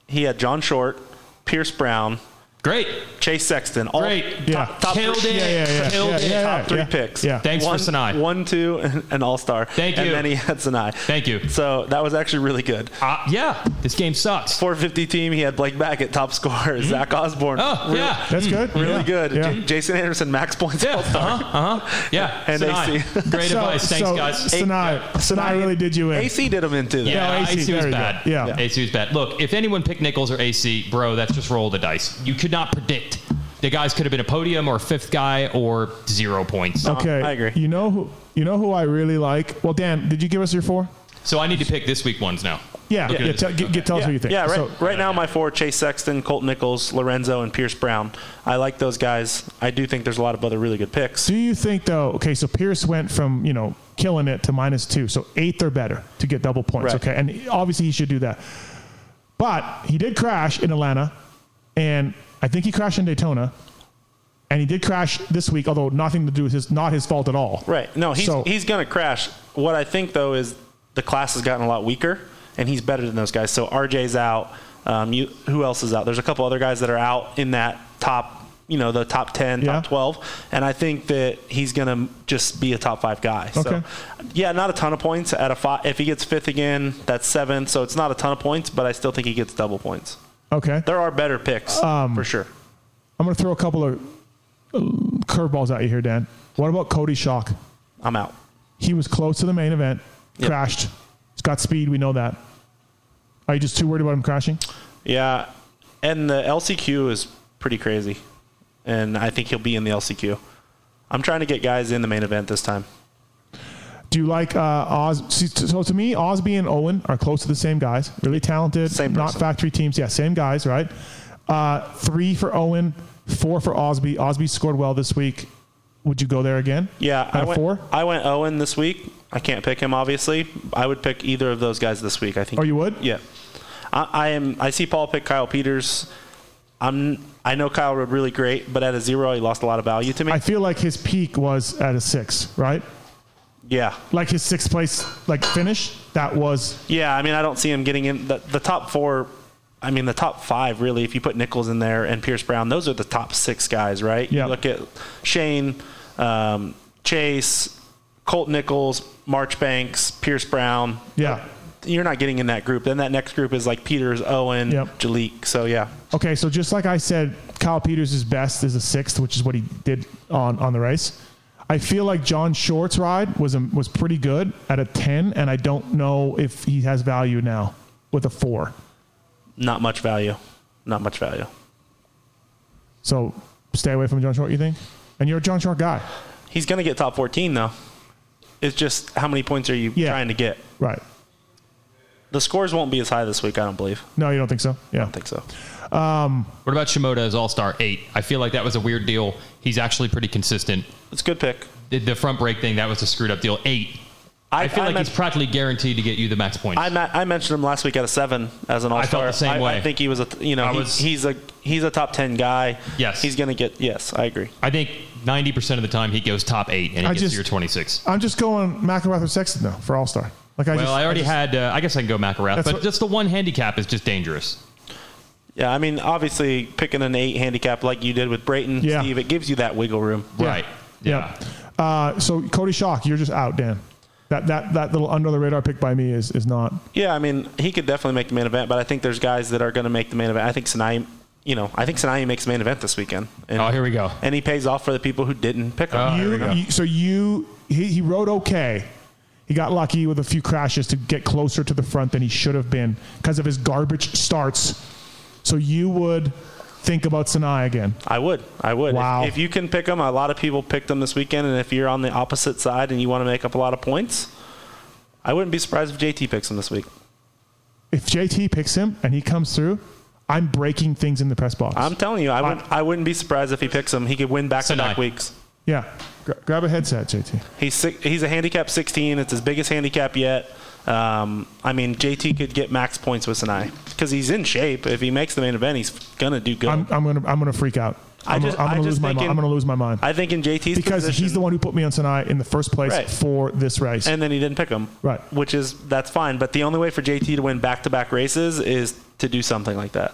[SPEAKER 2] he had John Short, Pierce Brown,
[SPEAKER 3] Great.
[SPEAKER 2] Chase Sexton. All
[SPEAKER 3] Great.
[SPEAKER 1] Yeah.
[SPEAKER 2] Top, top
[SPEAKER 3] Killed
[SPEAKER 2] three,
[SPEAKER 3] it.
[SPEAKER 1] Yeah, yeah, yeah.
[SPEAKER 3] Killed
[SPEAKER 1] yeah,
[SPEAKER 3] it.
[SPEAKER 1] yeah, yeah,
[SPEAKER 2] top three
[SPEAKER 1] yeah.
[SPEAKER 2] picks.
[SPEAKER 1] Yeah.
[SPEAKER 3] Thanks
[SPEAKER 2] one,
[SPEAKER 3] for Sinai.
[SPEAKER 2] One, two, and, and all star.
[SPEAKER 3] Thank
[SPEAKER 2] And
[SPEAKER 3] you.
[SPEAKER 2] then he had Sinai.
[SPEAKER 3] Thank you.
[SPEAKER 2] So that was actually really good.
[SPEAKER 3] Uh, yeah, this game sucks.
[SPEAKER 2] 450 team, he had Blake Baggett, top scorer, Zach Osborne.
[SPEAKER 3] Mm-hmm. Oh,
[SPEAKER 2] really,
[SPEAKER 3] yeah.
[SPEAKER 1] That's good.
[SPEAKER 2] Really
[SPEAKER 1] Yeah.
[SPEAKER 2] good.
[SPEAKER 1] Yeah.
[SPEAKER 2] J- Jason Anderson, max points
[SPEAKER 3] Yeah.
[SPEAKER 2] all star.
[SPEAKER 3] Uh-huh. Uh-huh. Yeah.
[SPEAKER 2] And
[SPEAKER 3] Sinai.
[SPEAKER 2] AC.
[SPEAKER 3] Great
[SPEAKER 1] So-
[SPEAKER 3] advice. Thanks,
[SPEAKER 1] so
[SPEAKER 3] guys.
[SPEAKER 1] Sinai, Sinai really did you in.
[SPEAKER 2] AC did him into that.
[SPEAKER 3] Yeah,
[SPEAKER 1] No, AC,
[SPEAKER 3] AC,
[SPEAKER 1] there
[SPEAKER 3] was
[SPEAKER 1] you go.
[SPEAKER 3] bad.
[SPEAKER 1] Yeah. Yeah.
[SPEAKER 3] AC was bad. Look, if anyone picked Nichols or AC, bro, that's just roll the dice. You could not predict. The guys could have been a podium or fifth guy or zero points.
[SPEAKER 1] Okay,
[SPEAKER 2] I agree.
[SPEAKER 1] You know who you know who I really like. Well, Dan, did you give us your four?
[SPEAKER 3] So I need to pick this week ones now.
[SPEAKER 1] Yeah,
[SPEAKER 3] Okay.
[SPEAKER 1] yeah. Tell, get, get- tell us
[SPEAKER 2] yeah,
[SPEAKER 1] who you think.
[SPEAKER 2] yeah, right,
[SPEAKER 1] So,
[SPEAKER 2] right now my four: Chase Sexton, Colt Nichols, Lorenzo, and Pierce Brown. I like those guys. I do think there's a lot of other really good picks.
[SPEAKER 1] do you think though? Okay, so Pierce went from you know killing it to minus two, so eighth or better to get double points.
[SPEAKER 2] Right.
[SPEAKER 1] Okay, and obviously he should do that, but he did crash in Atlanta, and I think he crashed in Daytona, and he did crash this week, although nothing to do with his not his fault at all.
[SPEAKER 2] Right. No, he's
[SPEAKER 1] So-
[SPEAKER 2] he's gonna crash. What I think though is the class has gotten a lot weaker, and he's better than those guys. So RJ's out. Um, you who else is out? There's a couple other guys that are out in that top, you know, the top ten,
[SPEAKER 1] Yeah.
[SPEAKER 2] top twelve, and I think that he's gonna just be a top five guy.
[SPEAKER 1] Okay.
[SPEAKER 2] So, yeah, not a ton of points at a five. If he gets fifth again, that's seven. So it's not a ton of points, but I still think he gets double points.
[SPEAKER 1] Okay,
[SPEAKER 2] There are better picks
[SPEAKER 1] Um,
[SPEAKER 2] for sure.
[SPEAKER 1] I'm going to throw a couple of uh, curveballs at you here, Dan. What about Cody Shock?
[SPEAKER 2] I'm out.
[SPEAKER 1] He was close to the main event,
[SPEAKER 2] Yep.
[SPEAKER 1] crashed. He's got speed. We know that. Are you just too worried about him crashing?
[SPEAKER 2] Yeah, and the LCQ is pretty crazy, and I think he'll be in the LCQ. I'm trying to get guys in the main event this time.
[SPEAKER 1] Do you like uh, Oz? see, t- So to me, Osby and Owen are close to the same guys. Really talented.
[SPEAKER 2] Same
[SPEAKER 1] Not
[SPEAKER 2] person.
[SPEAKER 1] factory teams. Yeah, same guys, right? Uh, three for Owen, four for Osby. Osby scored well this week. Would you go there again?
[SPEAKER 2] Yeah,
[SPEAKER 1] Out
[SPEAKER 2] I
[SPEAKER 1] of
[SPEAKER 2] went.
[SPEAKER 1] four?
[SPEAKER 2] I went Owen this week. I can't pick him, obviously. I would pick either of those guys this week. I think.
[SPEAKER 1] Oh, you would?
[SPEAKER 2] Yeah, I, I am. I see Paul pick Kyle Peters. I'm. I know Kyle rode really great, but at a zero, he lost a lot of value to me.
[SPEAKER 1] I feel like his peak was at a six, right?
[SPEAKER 2] Yeah.
[SPEAKER 1] Like his sixth place like finish, that was
[SPEAKER 2] Yeah, I mean, I don't see him getting in the, the top four. I mean, the top five, really, if you put Nichols in there and Pierce Brown, those are the top six guys, right? You
[SPEAKER 1] Yeah.
[SPEAKER 2] Look at Shane, um, Chase, Colt Nichols, Marchbanks, Pierce Brown.
[SPEAKER 1] yeah.
[SPEAKER 2] You're not getting in that group. Then that next group is like Peters, Owen,
[SPEAKER 1] Yep.
[SPEAKER 2] Jalik. So, yeah.
[SPEAKER 1] Okay, so just like I said, Kyle Peters' best is a sixth, which is what he did on, on the race. I feel like John Short's ride was a, was pretty good at a ten, and I don't know if he has value now with a four.
[SPEAKER 2] Not much value. Not much value.
[SPEAKER 1] So stay away from John Short, you think? And you're a John Short guy,
[SPEAKER 2] He's going to get top 14, though. It's just how many points are you
[SPEAKER 1] Yeah.
[SPEAKER 2] trying to get?
[SPEAKER 1] right?
[SPEAKER 2] The scores won't be as high this week, I don't believe.
[SPEAKER 1] No, you don't think so? Yeah.
[SPEAKER 2] I think so.
[SPEAKER 3] What about Shimoda as All Star eight? I feel like that was a weird deal. He's actually pretty consistent.
[SPEAKER 2] It's a good pick.
[SPEAKER 3] The, the front brake thing that was a screwed up deal. Eight. I, feel like
[SPEAKER 2] meant-
[SPEAKER 3] he's practically guaranteed to get you the max points.
[SPEAKER 2] I, ma- I mentioned him last week at a seven as an all
[SPEAKER 3] felt
[SPEAKER 2] star.
[SPEAKER 3] the same
[SPEAKER 2] I,
[SPEAKER 3] way.
[SPEAKER 2] I think he was a th- you know
[SPEAKER 3] I
[SPEAKER 2] he-
[SPEAKER 3] was-
[SPEAKER 2] he's a he's a top ten guy.
[SPEAKER 3] Yes.
[SPEAKER 2] he's gonna get yes. I agree.
[SPEAKER 3] I think ninety percent of the time he goes top eight and he
[SPEAKER 1] I
[SPEAKER 3] gets
[SPEAKER 1] just-
[SPEAKER 3] to your twenty six.
[SPEAKER 1] I'm just going McElrath or Sexton though for All Star. Like I
[SPEAKER 3] Well,
[SPEAKER 1] just,
[SPEAKER 3] I already
[SPEAKER 1] just-
[SPEAKER 3] had. Uh, I guess I can go McElrath,
[SPEAKER 1] That's
[SPEAKER 3] but
[SPEAKER 1] what-
[SPEAKER 3] just the one handicap is just dangerous.
[SPEAKER 2] Yeah, I mean obviously picking an eight handicap like you did with Brayton,
[SPEAKER 1] Yeah.
[SPEAKER 2] Steve, it gives you that wiggle room.
[SPEAKER 3] Right.
[SPEAKER 1] Yeah. Uh, so Cody Shock, you're just out, Dan. That that that little under the radar pick by me is is not.
[SPEAKER 2] Yeah, I mean he could definitely make the main event, but I think there's guys that are gonna make the main event. I think Sinai, you know, I think Sinai makes the main event this weekend. And,
[SPEAKER 3] Oh, here we go. Oh,
[SPEAKER 2] And he pays off for the people who didn't pick him.
[SPEAKER 1] you, you- so you he, he rode okay. He got lucky with a few crashes to get closer to the front than he should have been because of his garbage starts. So you would think about Sinai again.
[SPEAKER 2] I would. I would. If-
[SPEAKER 1] Wow.
[SPEAKER 2] If, you can pick them, a lot of people picked them this weekend, and if you're on the opposite side and you want to make up a lot of points, I wouldn't be surprised if JT picks them this week.
[SPEAKER 1] If JT picks him and he comes through, I'm breaking things in the press box.
[SPEAKER 2] I'm telling you, I wouldn't. I wouldn't be surprised if he picks them. He could win back to back
[SPEAKER 3] Sinai.
[SPEAKER 2] weeks.
[SPEAKER 1] yeah, Gra- grab a headset, JT.
[SPEAKER 2] He's six, he's a handicap 16. It's his biggest handicap yet. Um, I mean, JT could get max points with Sinai because he's in shape. If he makes the main event, he's gonna do good.
[SPEAKER 1] I'm, I'm gonna I'm gonna freak out.
[SPEAKER 2] I
[SPEAKER 1] I'm,
[SPEAKER 2] just-
[SPEAKER 1] gonna, I'm
[SPEAKER 2] I
[SPEAKER 1] gonna
[SPEAKER 2] just
[SPEAKER 1] lose my
[SPEAKER 2] thinking-
[SPEAKER 1] mind. I'm gonna lose my mind
[SPEAKER 2] I think in JT's
[SPEAKER 1] because
[SPEAKER 2] position,
[SPEAKER 1] he's the one who put me on Sinai in the first place
[SPEAKER 2] Right.
[SPEAKER 1] for this race.
[SPEAKER 2] and then he didn't pick him.
[SPEAKER 1] Right.
[SPEAKER 2] Which is that's fine. But the only way for JT to win back to back races is to do something like that.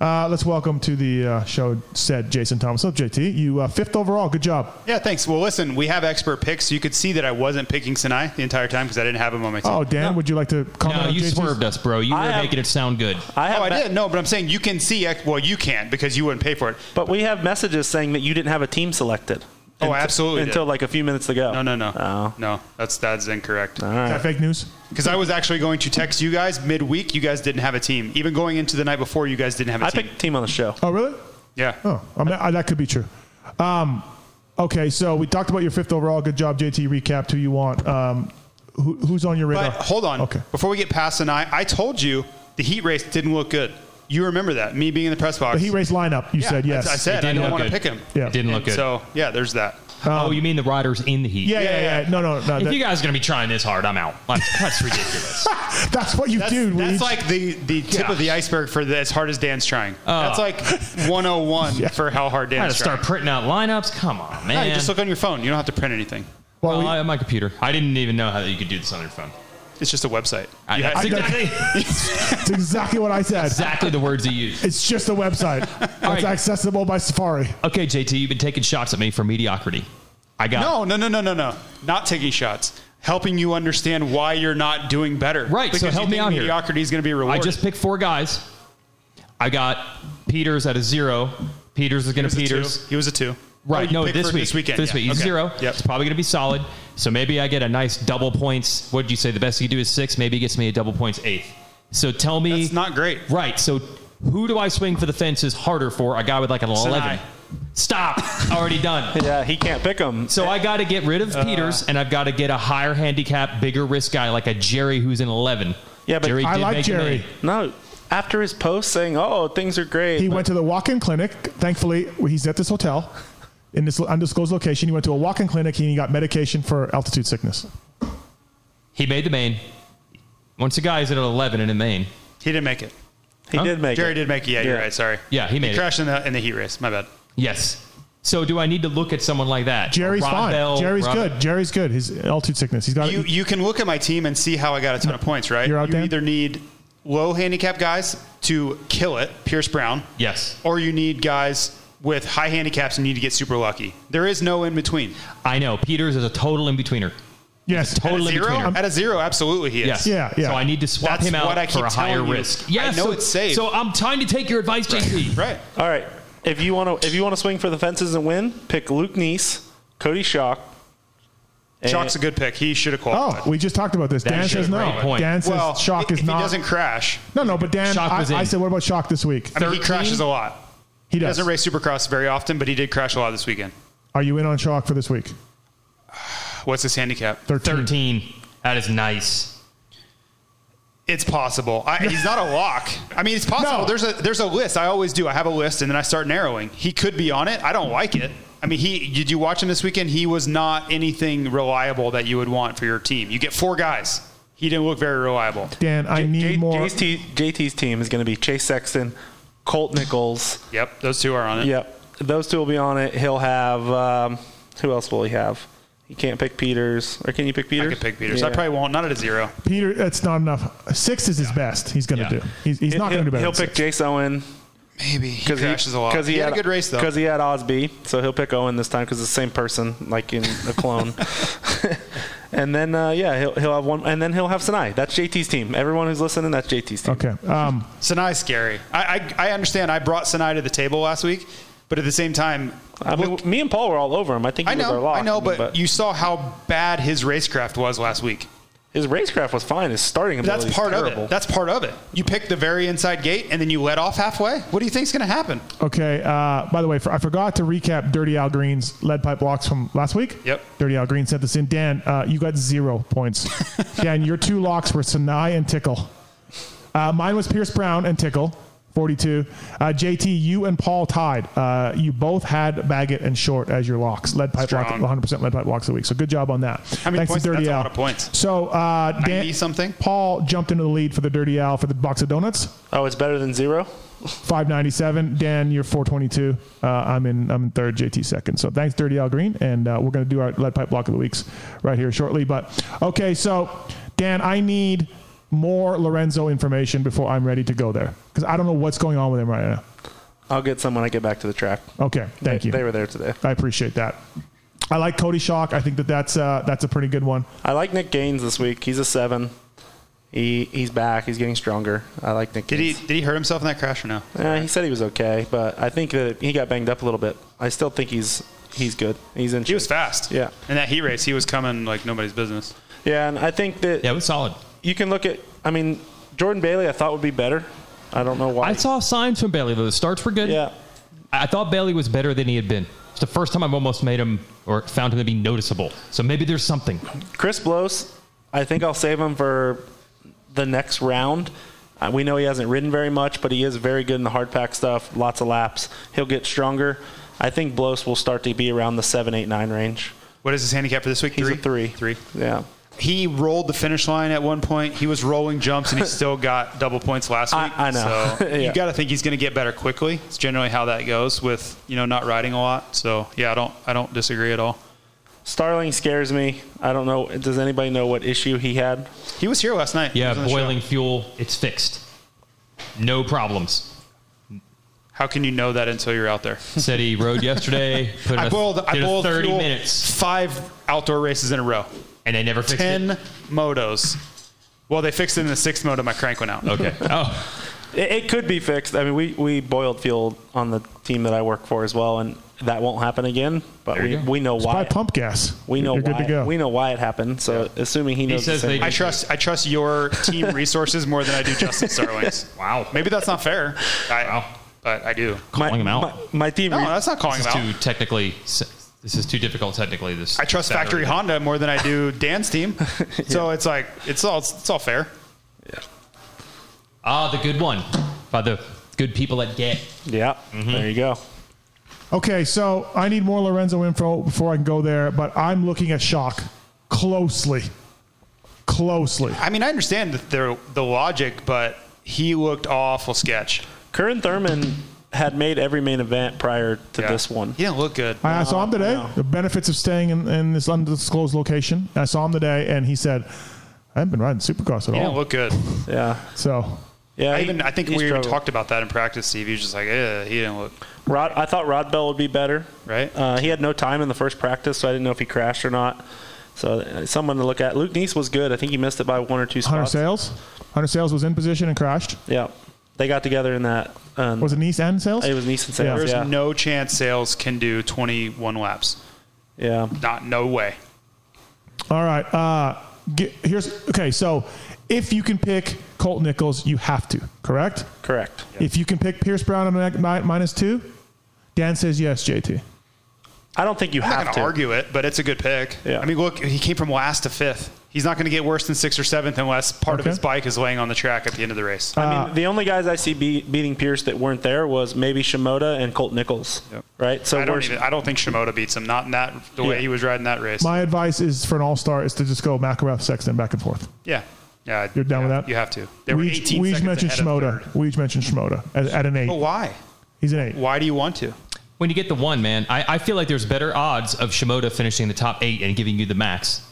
[SPEAKER 1] Uh, let's welcome to the uh, show, said Jason Thomas. Up, JT, you uh, fifth overall. Good job. Oh,
[SPEAKER 4] Yeah, thanks. Well, listen, we have expert picks. You could see that I wasn't picking Sinai the entire time because I didn't have him on my team.
[SPEAKER 1] Oh, Dan, would you like to comment?
[SPEAKER 3] No,
[SPEAKER 1] on
[SPEAKER 3] you
[SPEAKER 1] JT's?
[SPEAKER 3] swerved us, bro. You were
[SPEAKER 2] I have-
[SPEAKER 3] making it sound good.
[SPEAKER 2] I have
[SPEAKER 4] Oh, I
[SPEAKER 2] me-
[SPEAKER 4] did. No, but I'm saying you can see. ex- Well, you can't because you wouldn't pay for it.
[SPEAKER 2] But we have messages saying that you didn't have a team selected.
[SPEAKER 4] Oh,
[SPEAKER 2] Until-
[SPEAKER 4] I absolutely did.
[SPEAKER 2] Until like a few minutes ago.
[SPEAKER 4] No, no, no,
[SPEAKER 2] Oh.
[SPEAKER 4] no. That's that's incorrect.
[SPEAKER 1] Is that fake news?
[SPEAKER 4] Because I was actually going to text you guys midweek. You guys didn't have a team. Even going into the night before, you guys didn't have a
[SPEAKER 2] I
[SPEAKER 4] team.
[SPEAKER 2] picked a team on the show.
[SPEAKER 1] Oh, really?
[SPEAKER 4] yeah.
[SPEAKER 1] Oh, I mean, I, that could be true. Um, okay, so we talked about your fifth overall. Good job, JT. Recap who you want. Um, who, who's on your radar?
[SPEAKER 4] But hold on.
[SPEAKER 1] Okay.
[SPEAKER 4] Before we get past Sinai, I told you the heat race didn't look good. You remember that? Me being in the press box.
[SPEAKER 1] The heat race lineup. You
[SPEAKER 4] Yeah,
[SPEAKER 1] said yes.
[SPEAKER 4] I, I said I
[SPEAKER 3] didn't
[SPEAKER 4] don't
[SPEAKER 3] look
[SPEAKER 4] want to
[SPEAKER 3] good.
[SPEAKER 4] pick him.
[SPEAKER 1] Yeah.
[SPEAKER 3] It didn't look good.
[SPEAKER 4] So yeah, there's that.
[SPEAKER 3] oh, you mean the riders in the heat?
[SPEAKER 1] yeah, yeah, yeah, No, no, no.
[SPEAKER 3] If
[SPEAKER 1] that-
[SPEAKER 3] you guys are gonna be trying this hard, I'm out. That's, that's ridiculous.
[SPEAKER 1] that's what you
[SPEAKER 4] That's,
[SPEAKER 1] do.
[SPEAKER 4] that's
[SPEAKER 1] Reed.
[SPEAKER 4] like the, the tip of the iceberg for the, as hard as Dan's trying.
[SPEAKER 3] Oh.
[SPEAKER 4] that's like 101 for how hard
[SPEAKER 3] I had to
[SPEAKER 4] Dan's trying.
[SPEAKER 3] start printing out lineups. Come on,
[SPEAKER 4] No,
[SPEAKER 3] man.
[SPEAKER 4] you just look on your phone. You don't have to print anything.
[SPEAKER 1] Well,
[SPEAKER 3] well,
[SPEAKER 1] we-
[SPEAKER 3] I, my computer. I didn't even know how you could do this on your phone.
[SPEAKER 4] It's just a website.
[SPEAKER 3] I,
[SPEAKER 4] You had-
[SPEAKER 3] that's
[SPEAKER 1] I-
[SPEAKER 3] exactly,
[SPEAKER 1] it's exactly what I said.
[SPEAKER 3] exactly the words he used.
[SPEAKER 1] It's just a website. It's
[SPEAKER 3] right.
[SPEAKER 1] accessible by Safari.
[SPEAKER 3] Okay, JT, you've been taking shots at me for mediocrity. I got
[SPEAKER 4] no, no, no, no, no, no. Not taking shots. Helping you understand why you're not doing better.
[SPEAKER 3] Right, so
[SPEAKER 4] Because
[SPEAKER 3] help
[SPEAKER 4] you
[SPEAKER 3] me
[SPEAKER 4] think
[SPEAKER 3] out here.
[SPEAKER 4] mediocrity is going to be
[SPEAKER 3] I
[SPEAKER 4] rewarded.
[SPEAKER 3] just picked four guys. I got Peters at a zero. Peters is
[SPEAKER 4] He
[SPEAKER 3] going
[SPEAKER 4] was
[SPEAKER 3] to
[SPEAKER 4] a two.
[SPEAKER 3] Peters.
[SPEAKER 4] He was a two.
[SPEAKER 3] Right.
[SPEAKER 4] Oh, you
[SPEAKER 3] no,
[SPEAKER 4] picked
[SPEAKER 3] this
[SPEAKER 4] for
[SPEAKER 3] week.
[SPEAKER 4] This weekend.
[SPEAKER 3] This
[SPEAKER 4] yeah.
[SPEAKER 3] week. He's
[SPEAKER 4] Okay.
[SPEAKER 3] zero.
[SPEAKER 4] Yep.
[SPEAKER 3] It's probably going to be solid. So maybe I get a nice double points. What did you say? The best you do is six. Maybe it gets me a double points eighth. So tell me.
[SPEAKER 4] That's not great.
[SPEAKER 3] Right. So who do I swing for the fences harder for? A guy with like an 11. Stop. Already done.
[SPEAKER 2] Yeah, he can't pick him.
[SPEAKER 3] So I got to get rid
[SPEAKER 4] Uh,
[SPEAKER 3] of Peters, and I've got to get a higher handicap, bigger risk guy like a Jerry who's an 11.
[SPEAKER 2] Yeah, but
[SPEAKER 1] I
[SPEAKER 3] did
[SPEAKER 1] like
[SPEAKER 3] make the
[SPEAKER 1] Jerry.
[SPEAKER 3] main.
[SPEAKER 2] no, after his post saying, "Oh, things are great,"
[SPEAKER 1] He
[SPEAKER 2] but
[SPEAKER 1] went to the walk-in clinic. Thankfully, he's at this hotel in this undisclosed location. He went to a walk-in clinic and he got medication for altitude sickness.
[SPEAKER 3] He made the main. Once a guy's at an 11 in a main.
[SPEAKER 4] He didn't make it.
[SPEAKER 2] he
[SPEAKER 3] Huh?
[SPEAKER 2] did make
[SPEAKER 4] Jerry
[SPEAKER 2] it.
[SPEAKER 4] did make it. Yeah,
[SPEAKER 2] Yeah.
[SPEAKER 4] you're right. Sorry.
[SPEAKER 3] Yeah, he made it.
[SPEAKER 4] Crashed in the in the heat race. My bad.
[SPEAKER 3] Yes. So do I need to look at someone like that?
[SPEAKER 1] Jerry's
[SPEAKER 3] Rod
[SPEAKER 1] fine.
[SPEAKER 3] Bell,
[SPEAKER 1] Jerry's
[SPEAKER 3] Rob-
[SPEAKER 1] good. Jerry's good. His altitude sickness. He's got
[SPEAKER 4] You,
[SPEAKER 1] it.
[SPEAKER 4] you can look at my team and see how I got a ton of points, right?
[SPEAKER 1] Uh, You're out
[SPEAKER 4] you
[SPEAKER 1] there?
[SPEAKER 4] either need low handicap guys to kill it, Pierce Brown,
[SPEAKER 3] Yes.
[SPEAKER 4] or you need guys with high handicaps and need to get super lucky. There is no in between.
[SPEAKER 3] I know. Peters is a total in betweener.
[SPEAKER 1] Yes.
[SPEAKER 4] At a
[SPEAKER 3] Total in
[SPEAKER 4] zero,
[SPEAKER 3] betweener.
[SPEAKER 4] at a zero, absolutely he is.
[SPEAKER 3] Yes.
[SPEAKER 1] Yeah, yeah.
[SPEAKER 3] So I need to swap
[SPEAKER 4] That's
[SPEAKER 3] him out
[SPEAKER 4] what I
[SPEAKER 3] for
[SPEAKER 4] keep
[SPEAKER 3] a higher
[SPEAKER 4] telling you.
[SPEAKER 3] risk.
[SPEAKER 4] I
[SPEAKER 3] Yeah,
[SPEAKER 4] know
[SPEAKER 3] so,
[SPEAKER 4] it's safe.
[SPEAKER 3] So I'm trying to take your advice, JP.
[SPEAKER 4] Right.
[SPEAKER 2] All right. If you want to, if you want to swing for the fences and win, pick Luke Neese, Cody Shock. and-
[SPEAKER 4] Chalk's a good pick. He should have
[SPEAKER 1] Oh,
[SPEAKER 4] qualified.
[SPEAKER 1] we just talked about this. Dan
[SPEAKER 3] is a
[SPEAKER 1] says
[SPEAKER 3] great
[SPEAKER 1] no.
[SPEAKER 3] point.
[SPEAKER 1] Dan says
[SPEAKER 4] well,
[SPEAKER 1] shock
[SPEAKER 4] if
[SPEAKER 1] is not.
[SPEAKER 4] he doesn't crash,
[SPEAKER 1] no, no, but Dan,
[SPEAKER 3] Shock
[SPEAKER 1] I,
[SPEAKER 3] was in.
[SPEAKER 1] I said, what about shock this week?
[SPEAKER 4] I mean, he
[SPEAKER 3] 13?
[SPEAKER 4] crashes a lot.
[SPEAKER 1] He
[SPEAKER 4] He
[SPEAKER 1] does.
[SPEAKER 4] doesn't race Supercross very often, but he did crash a lot this weekend.
[SPEAKER 1] Are you in on shock for this week?
[SPEAKER 4] What's his handicap?
[SPEAKER 1] 13.
[SPEAKER 3] 13. That is nice.
[SPEAKER 4] It's possible. I, he's not a lock. I mean, it's possible.
[SPEAKER 1] No.
[SPEAKER 4] There's a there's a list. I always do. I have a list, and then I start narrowing. He could be on it. I don't like it. I mean, he did you watch him this weekend? He was not anything reliable that you would want for your team. You get four guys. He didn't look very reliable.
[SPEAKER 1] Dan, I need
[SPEAKER 2] J-
[SPEAKER 1] more.
[SPEAKER 2] J's te- JT's team is going to be Chase Sexton, Colt Nichols.
[SPEAKER 4] Yep, those two are on it.
[SPEAKER 2] Yep. Those two will be on it. He'll have um, who else will he have? He can't pick Peters. Or can you pick
[SPEAKER 4] I
[SPEAKER 2] Peters?
[SPEAKER 4] could pick Peters. I
[SPEAKER 2] Yeah.
[SPEAKER 4] probably won't. Not at a zero.
[SPEAKER 1] Peter, that's not enough. Sixth is his best. He's going to
[SPEAKER 3] Yeah.
[SPEAKER 1] do. He's, he's not
[SPEAKER 2] He'll-
[SPEAKER 1] going to do better.
[SPEAKER 2] He'll
[SPEAKER 1] than
[SPEAKER 2] pick
[SPEAKER 1] sixth.
[SPEAKER 2] Jace Owen
[SPEAKER 4] Maybe he crashes a lot.
[SPEAKER 2] Because he,
[SPEAKER 4] had, a good race though.
[SPEAKER 2] Because he had Osby, so he'll pick Owen this time because it's the same person, like in a clone. and then uh, yeah, he'll he'll have one, and then he'll have Sinai. That's JT's team. Everyone who's listening, that's JT's team.
[SPEAKER 1] Okay. Um,
[SPEAKER 4] Sinai's scary. I, I I understand. I brought Sinai to the table last week, but at the same time,
[SPEAKER 2] I mean, me and Paul were all over him. I think he
[SPEAKER 4] I
[SPEAKER 2] was our
[SPEAKER 4] know,
[SPEAKER 2] lock.
[SPEAKER 4] I know, but, you saw how bad his racecraft was last week.
[SPEAKER 2] his racecraft was fine. His starting
[SPEAKER 4] But
[SPEAKER 2] ability
[SPEAKER 4] that's part
[SPEAKER 2] is
[SPEAKER 4] of
[SPEAKER 2] terrible.
[SPEAKER 4] it. That's part of it. You pick the very inside gate and then you let off halfway. What do you think's going to happen?
[SPEAKER 1] Okay. Uh, by the way, for, I forgot to recap Dirty Al Green's lead pipe blocks from last week.
[SPEAKER 4] Yep.
[SPEAKER 1] Dirty Al Green sent this in. Dan, uh, you got zero points. Dan, your two locks were Sinai and Tickle. Uh, mine was Pierce Brown and Tickle, 42. Uh, JT, you and Paul tied. Uh, you both had Baggett and Short as your locks. Lead pipe
[SPEAKER 4] Strong.
[SPEAKER 1] lock, 100% lead pipe locks a week. So good job on that. How
[SPEAKER 4] many points? That's a lot of points.
[SPEAKER 1] So uh, Dan,
[SPEAKER 4] something?
[SPEAKER 1] Paul jumped into the lead for the Dirty Al for the box of donuts.
[SPEAKER 2] Oh, it's better than zero.
[SPEAKER 1] 597. Dan, you're 422. Uh, I'm in. I'm in third. JT second. So thanks, Dirty Al Green, and uh, we're going to do our lead pipe block of the weeks right here shortly. But okay, so Dan, I need more Lorenzo information before I'm ready to go there because I don't know what's going on with him right now.
[SPEAKER 2] I'll get some when I get back to the track.
[SPEAKER 1] Okay, thank
[SPEAKER 2] They-
[SPEAKER 1] you.
[SPEAKER 2] They were there today.
[SPEAKER 1] I appreciate that. I like Cody Shock. I think that that's uh, that's a pretty good one.
[SPEAKER 2] I like Nick Gaines this week. He's a seven. He he's back. He's getting stronger. I like Nick.
[SPEAKER 4] Did he
[SPEAKER 2] Gaines.
[SPEAKER 4] did he hurt himself in that crash or no?
[SPEAKER 2] Uh, he said he was okay, but I think that he got banged up a little bit. I still think he's he's good. He's in.
[SPEAKER 4] He was fast.
[SPEAKER 2] Yeah.
[SPEAKER 4] In that heat race, he was coming like nobody's business.
[SPEAKER 2] Yeah, and I think that
[SPEAKER 3] Yeah, it was solid.
[SPEAKER 2] you can look at. I mean, Jordan Bailey, I thought would be better. I don't know why.
[SPEAKER 3] I saw signs from Bailey, though. The starts were good.
[SPEAKER 2] Yeah.
[SPEAKER 3] I I thought Bailey was better than he had been. It's the first time I've almost made him or found him to be noticeable. So maybe there's something.
[SPEAKER 2] Chris Blows. I think I'll save him for the next round. Uh, we know he hasn't ridden very much, but he is very good in the hard pack stuff. Lots of laps. He'll get stronger. I think Blows will start to be around the seven, eight, nine range.
[SPEAKER 4] What is his handicap for this week?
[SPEAKER 2] He's a three.
[SPEAKER 4] Three.
[SPEAKER 2] Yeah.
[SPEAKER 4] He rolled the finish line at one point. He was rolling jumps and he still got double points last
[SPEAKER 2] I-
[SPEAKER 4] week.
[SPEAKER 2] I know.
[SPEAKER 4] So
[SPEAKER 2] Yeah.
[SPEAKER 4] you got to think he's going to get better quickly. It's generally how that goes with you know not riding a lot. So yeah, I don't I don't disagree at all.
[SPEAKER 2] Starling scares me. I don't know. Does anybody know what issue he had?
[SPEAKER 4] He was here last night. He
[SPEAKER 3] Yeah,
[SPEAKER 4] was on the show.
[SPEAKER 3] boiling fuel. It's fixed. No problems.
[SPEAKER 4] How can you know that until you're out there?
[SPEAKER 3] Said he rode yesterday. Put in
[SPEAKER 4] I
[SPEAKER 3] a-
[SPEAKER 4] boiled. I
[SPEAKER 3] did a
[SPEAKER 4] boiled
[SPEAKER 3] 30
[SPEAKER 4] fuel
[SPEAKER 3] minutes,
[SPEAKER 4] Five outdoor races in a row.
[SPEAKER 3] and they never fixed
[SPEAKER 4] Ten
[SPEAKER 3] it.
[SPEAKER 4] motos. Well, they fixed it in the sixth moto. My crank went out.
[SPEAKER 3] Okay. Oh,
[SPEAKER 2] It, it could be fixed. I mean, we, we boiled fuel on the team that I work for as well, and that won't happen again. But
[SPEAKER 3] There
[SPEAKER 2] we,
[SPEAKER 3] you go.
[SPEAKER 2] we know
[SPEAKER 1] Buy
[SPEAKER 2] why.
[SPEAKER 1] pump gas.
[SPEAKER 2] We know
[SPEAKER 1] you're
[SPEAKER 2] why.
[SPEAKER 1] good to go.
[SPEAKER 2] We know why it happened. So assuming he knows.
[SPEAKER 3] says
[SPEAKER 2] the same-
[SPEAKER 3] they
[SPEAKER 4] I trust. I trust your team resources more than I do Justin Starling's.
[SPEAKER 3] wow.
[SPEAKER 4] Maybe that's not fair. I,
[SPEAKER 3] Wow.
[SPEAKER 4] But I do.
[SPEAKER 2] my,
[SPEAKER 3] Calling him out.
[SPEAKER 2] My, my team.
[SPEAKER 4] No,
[SPEAKER 2] re-
[SPEAKER 4] that's not calling
[SPEAKER 3] This
[SPEAKER 4] him
[SPEAKER 3] is
[SPEAKER 4] out.
[SPEAKER 3] too technically. This is too difficult technically. This.
[SPEAKER 4] I trust
[SPEAKER 3] Saturday.
[SPEAKER 4] Factory Honda more than I do Dan's team. So it's like it's all it's all fair.
[SPEAKER 3] Ah, the good one by the good people at Get.
[SPEAKER 2] yeah.
[SPEAKER 4] Mm-hmm.
[SPEAKER 2] There you go.
[SPEAKER 1] Okay, so I need more Lorenzo info before I can go there, but I'm looking at Shock closely. Closely.
[SPEAKER 4] I mean, I understand the the, the logic, but he looked awful sketch.
[SPEAKER 2] Curran Thurman had made every main event prior to
[SPEAKER 4] Yeah.
[SPEAKER 2] this one.
[SPEAKER 4] He didn't look good.
[SPEAKER 1] I, I saw him today.
[SPEAKER 2] no.
[SPEAKER 1] The benefits of staying in, in this undisclosed location. I saw him today, and he said, "I haven't been riding supercross at
[SPEAKER 4] He didn't
[SPEAKER 1] all."
[SPEAKER 4] look good.
[SPEAKER 2] Yeah,
[SPEAKER 1] so
[SPEAKER 2] yeah.
[SPEAKER 4] I
[SPEAKER 2] he-
[SPEAKER 4] even I think
[SPEAKER 2] he
[SPEAKER 4] we even
[SPEAKER 2] struggled.
[SPEAKER 4] talked about that in practice, Steve. He was just like, eh, he didn't look
[SPEAKER 2] Rod, I thought Rod Bell would be better.
[SPEAKER 4] Right.
[SPEAKER 2] Uh, he had no time in the first practice, so I didn't know if he crashed or not. So uh, someone to look at. Luke Neese was good. I think he missed it by one or two
[SPEAKER 1] Hunter
[SPEAKER 2] spots.
[SPEAKER 1] Sales, Hunter Sales was in position and crashed.
[SPEAKER 2] Yeah, they got together in that. Um,
[SPEAKER 1] Was it Nice and Sales?
[SPEAKER 2] it was Neese and
[SPEAKER 1] Yeah.
[SPEAKER 2] Sales.
[SPEAKER 4] There's
[SPEAKER 2] Yeah,
[SPEAKER 4] no chance Sales can do 21 laps.
[SPEAKER 2] yeah.
[SPEAKER 4] Not no way.
[SPEAKER 1] All right. Uh, get, here's okay. So if you can pick Colt Nichols, you have to. Correct.
[SPEAKER 2] Correct.
[SPEAKER 1] If you can pick Pierce Brown at mi- mi- minus two, Dan says yes. JT.
[SPEAKER 2] I don't think you
[SPEAKER 4] I'm not
[SPEAKER 2] have
[SPEAKER 4] going
[SPEAKER 2] to.
[SPEAKER 4] to argue it, but it's a good pick.
[SPEAKER 2] Yeah.
[SPEAKER 4] I mean, look, he came from last to fifth. He's not going to get worse than sixth or seventh unless part of
[SPEAKER 1] Okay.
[SPEAKER 4] his bike is laying on the track at the end of the race.
[SPEAKER 2] I
[SPEAKER 1] Uh,
[SPEAKER 2] mean, the only guys I see be- beating Pierce that weren't there was maybe Shimoda and Colt Nichols.
[SPEAKER 4] Yep.
[SPEAKER 2] Right. So
[SPEAKER 4] I
[SPEAKER 2] we're-
[SPEAKER 4] don't even. I don't think Shimoda beats him. Not in that the
[SPEAKER 2] Yeah.
[SPEAKER 4] way he was riding that race.
[SPEAKER 1] My advice is for an all star is to just go McElrath Sexton back and forth.
[SPEAKER 4] yeah, yeah.
[SPEAKER 1] You're down
[SPEAKER 4] yeah,
[SPEAKER 1] with that?
[SPEAKER 4] You have to. They were
[SPEAKER 1] Weege-
[SPEAKER 4] 18
[SPEAKER 1] Weege
[SPEAKER 4] seconds
[SPEAKER 1] mentioned
[SPEAKER 4] ahead of
[SPEAKER 1] Shimoda.
[SPEAKER 4] third. Oh.
[SPEAKER 1] Weege mentioned Shimoda at, at an eight.
[SPEAKER 4] But why?
[SPEAKER 1] He's an eight.
[SPEAKER 4] Why do you want to?
[SPEAKER 3] When you get the one, man, I, I feel like there's better odds of Shimoda finishing the top eight and giving you the max.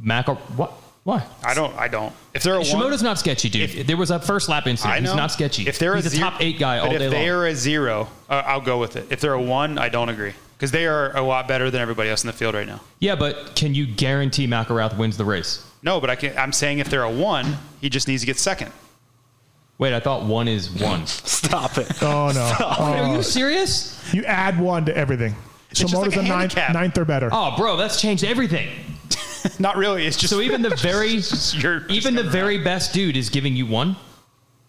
[SPEAKER 3] Mac, or, what? Why?
[SPEAKER 4] I don't. I don't. If they're a one,
[SPEAKER 3] Shimoda's not sketchy, dude.
[SPEAKER 4] If-
[SPEAKER 3] there was a first lap incident.
[SPEAKER 4] I know.
[SPEAKER 3] He's not sketchy.
[SPEAKER 4] If they're
[SPEAKER 3] He's a,
[SPEAKER 4] zero-
[SPEAKER 3] top eight guy
[SPEAKER 4] but
[SPEAKER 3] all day
[SPEAKER 4] if they
[SPEAKER 3] long.
[SPEAKER 4] are a zero, uh, I'll go with it. If they're a one, I don't agree because they are a lot better than everybody else in the field right now.
[SPEAKER 3] Yeah, but can you guarantee McElrath wins the race?
[SPEAKER 4] No, but I can. I'm saying if they're a one, he just needs to get second.
[SPEAKER 3] Wait, I thought one is one.
[SPEAKER 2] stop it.
[SPEAKER 1] Oh no.
[SPEAKER 3] Are
[SPEAKER 1] Oh.
[SPEAKER 3] you serious?
[SPEAKER 1] You add one to everything.
[SPEAKER 4] just like
[SPEAKER 1] Shimoda's
[SPEAKER 4] a
[SPEAKER 1] a ninth,
[SPEAKER 4] handicap.
[SPEAKER 1] ninth or better.
[SPEAKER 3] Oh, bro, that's changed everything.
[SPEAKER 4] Not really. It's just
[SPEAKER 3] So even the very,
[SPEAKER 4] You're-
[SPEAKER 3] even the very best dude is giving you one.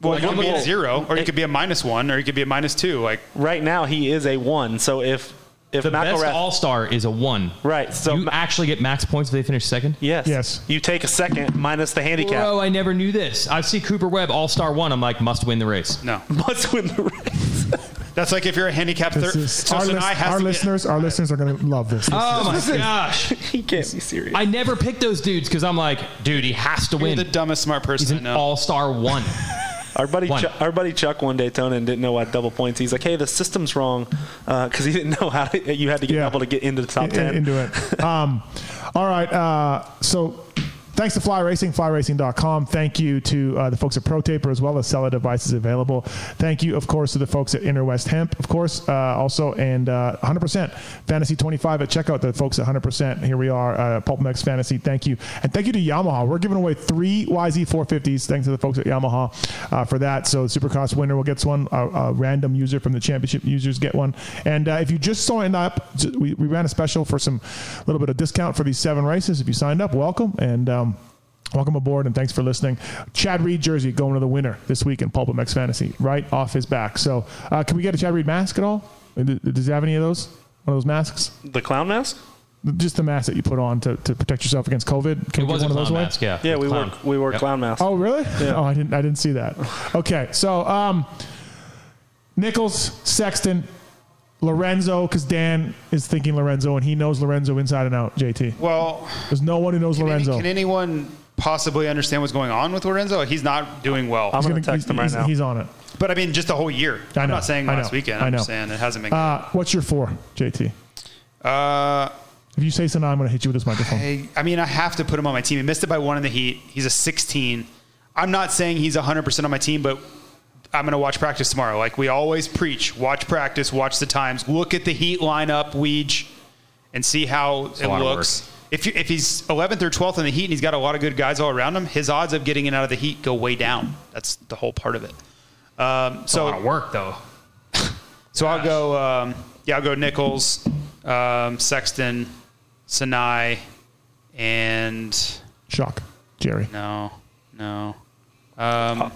[SPEAKER 4] well, you
[SPEAKER 3] like,
[SPEAKER 4] could be
[SPEAKER 3] I'm
[SPEAKER 4] a
[SPEAKER 3] a-
[SPEAKER 4] zero, or you could be a minus one, or you could be a minus two. Like
[SPEAKER 2] Right now he is a one. So if if
[SPEAKER 3] The best
[SPEAKER 2] McElrath,
[SPEAKER 3] All Star is a one.
[SPEAKER 2] right. So
[SPEAKER 3] you
[SPEAKER 2] Ma-
[SPEAKER 3] actually get max points if they finish second.
[SPEAKER 2] yes,
[SPEAKER 1] Yes.
[SPEAKER 2] You take a second minus the handicap.
[SPEAKER 3] Bro, I never knew this. I see Cooper Webb All Star one. I'm like, must win the race.
[SPEAKER 4] no,
[SPEAKER 2] Must win the race.
[SPEAKER 4] that's like if you're a handicap
[SPEAKER 1] This
[SPEAKER 4] third.
[SPEAKER 1] is-
[SPEAKER 4] So
[SPEAKER 1] our
[SPEAKER 4] Sinai
[SPEAKER 1] lis-
[SPEAKER 4] has
[SPEAKER 1] our
[SPEAKER 4] to get-
[SPEAKER 1] listeners, our listeners are going to love this.
[SPEAKER 3] Oh my gosh!
[SPEAKER 2] he can't be serious.
[SPEAKER 3] I never picked those dudes because I'm like, dude, he has to
[SPEAKER 4] You're the
[SPEAKER 3] win.
[SPEAKER 4] dumbest smart
[SPEAKER 3] He's
[SPEAKER 4] person I
[SPEAKER 3] an
[SPEAKER 4] know.
[SPEAKER 3] All Star one.
[SPEAKER 2] Our buddy,
[SPEAKER 3] One.
[SPEAKER 2] Chuck, our buddy Chuck, one Daytona and didn't know what double points. He's like, "Hey, the system's wrong," because he didn't know how to, you had to get
[SPEAKER 1] Yeah.
[SPEAKER 2] double to get into the top
[SPEAKER 1] In- in-
[SPEAKER 2] ten.
[SPEAKER 1] into it. Um, all right. Uh, so thanks to Fly Racing, flyracing.com. Thank you to uh, the folks at ProTaper as well as Sella Devices Available. Thank you, of course, to the folks at Interwest Hemp, of course, uh, also, and uh, 100% Fantasy 25 at checkout, the folks at 100%. Here we are, uh, Pulp Mex Fantasy. Thank you. And thank you to Yamaha. We're giving away three YZ 450s. Thanks to the folks at Yamaha uh, for that. So the Supercross winner will get one. A, a random user from the championship users get one. And uh, if you just signed up, we, we ran a special for some little bit of discount for these seven races. If you signed up, welcome and um, welcome aboard and thanks for listening. Chad Reed jersey going to the winner this week in Pulp and Mex Fantasy, right off his back. So uh, can we get a Chad Reed mask at all? Does does he have any of those? One of those masks?
[SPEAKER 2] The clown mask?
[SPEAKER 1] Just the mask that you put on to, to protect yourself against COVID. Can we
[SPEAKER 3] It
[SPEAKER 1] give
[SPEAKER 3] was a
[SPEAKER 1] one of
[SPEAKER 3] clown
[SPEAKER 1] those away?
[SPEAKER 3] mask. Yeah.
[SPEAKER 2] Yeah,
[SPEAKER 3] The
[SPEAKER 2] we
[SPEAKER 3] clown.
[SPEAKER 2] wore we wore
[SPEAKER 3] Yep.
[SPEAKER 2] clown masks.
[SPEAKER 1] Oh, really? Oh, I didn't. I didn't see that. Okay, so um, Nichols, Sexton, Lorenzo, because Dan is thinking Lorenzo, and he knows Lorenzo inside and out. JT,
[SPEAKER 4] well,
[SPEAKER 1] there's no one who knows
[SPEAKER 4] can, any-
[SPEAKER 1] Lorenzo.
[SPEAKER 4] can anyone possibly understand what's going on with Lorenzo? He's not doing well.
[SPEAKER 2] I'm gonna
[SPEAKER 1] He's
[SPEAKER 2] text him right
[SPEAKER 1] he's,
[SPEAKER 2] now.
[SPEAKER 1] He's on it.
[SPEAKER 4] but I mean, just the whole year.
[SPEAKER 1] Uh, I
[SPEAKER 4] I'm
[SPEAKER 1] know,
[SPEAKER 4] not saying
[SPEAKER 1] I
[SPEAKER 4] last
[SPEAKER 1] know,
[SPEAKER 4] weekend.
[SPEAKER 1] I
[SPEAKER 4] I'm
[SPEAKER 1] know.
[SPEAKER 4] just saying it hasn't been.
[SPEAKER 1] Uh, what's your four, JT?
[SPEAKER 4] good. Uh,
[SPEAKER 1] If you say Sanaa, I'm going to hit you with this microphone.
[SPEAKER 4] I, I mean, I have to put him on my team. He missed it by one in the heat. He's a 16. I'm not saying he's 100% on my team, but I'm going to watch practice tomorrow. Like we always preach, watch practice, watch the times, look at the heat lineup, Weege, and see how it
[SPEAKER 3] a lot of
[SPEAKER 4] looks. If, you, if he's 11th or 12th in the heat and he's got a lot of good guys all around him, his odds of getting it out of the heat go way down. That's the whole part of it. Um,
[SPEAKER 3] A
[SPEAKER 4] so
[SPEAKER 3] lot of work though.
[SPEAKER 4] so I'll go. Um, yeah, I'll go Nichols, um, Sexton, Sinai, and
[SPEAKER 1] Shock, Jerry.
[SPEAKER 4] no, no. Um,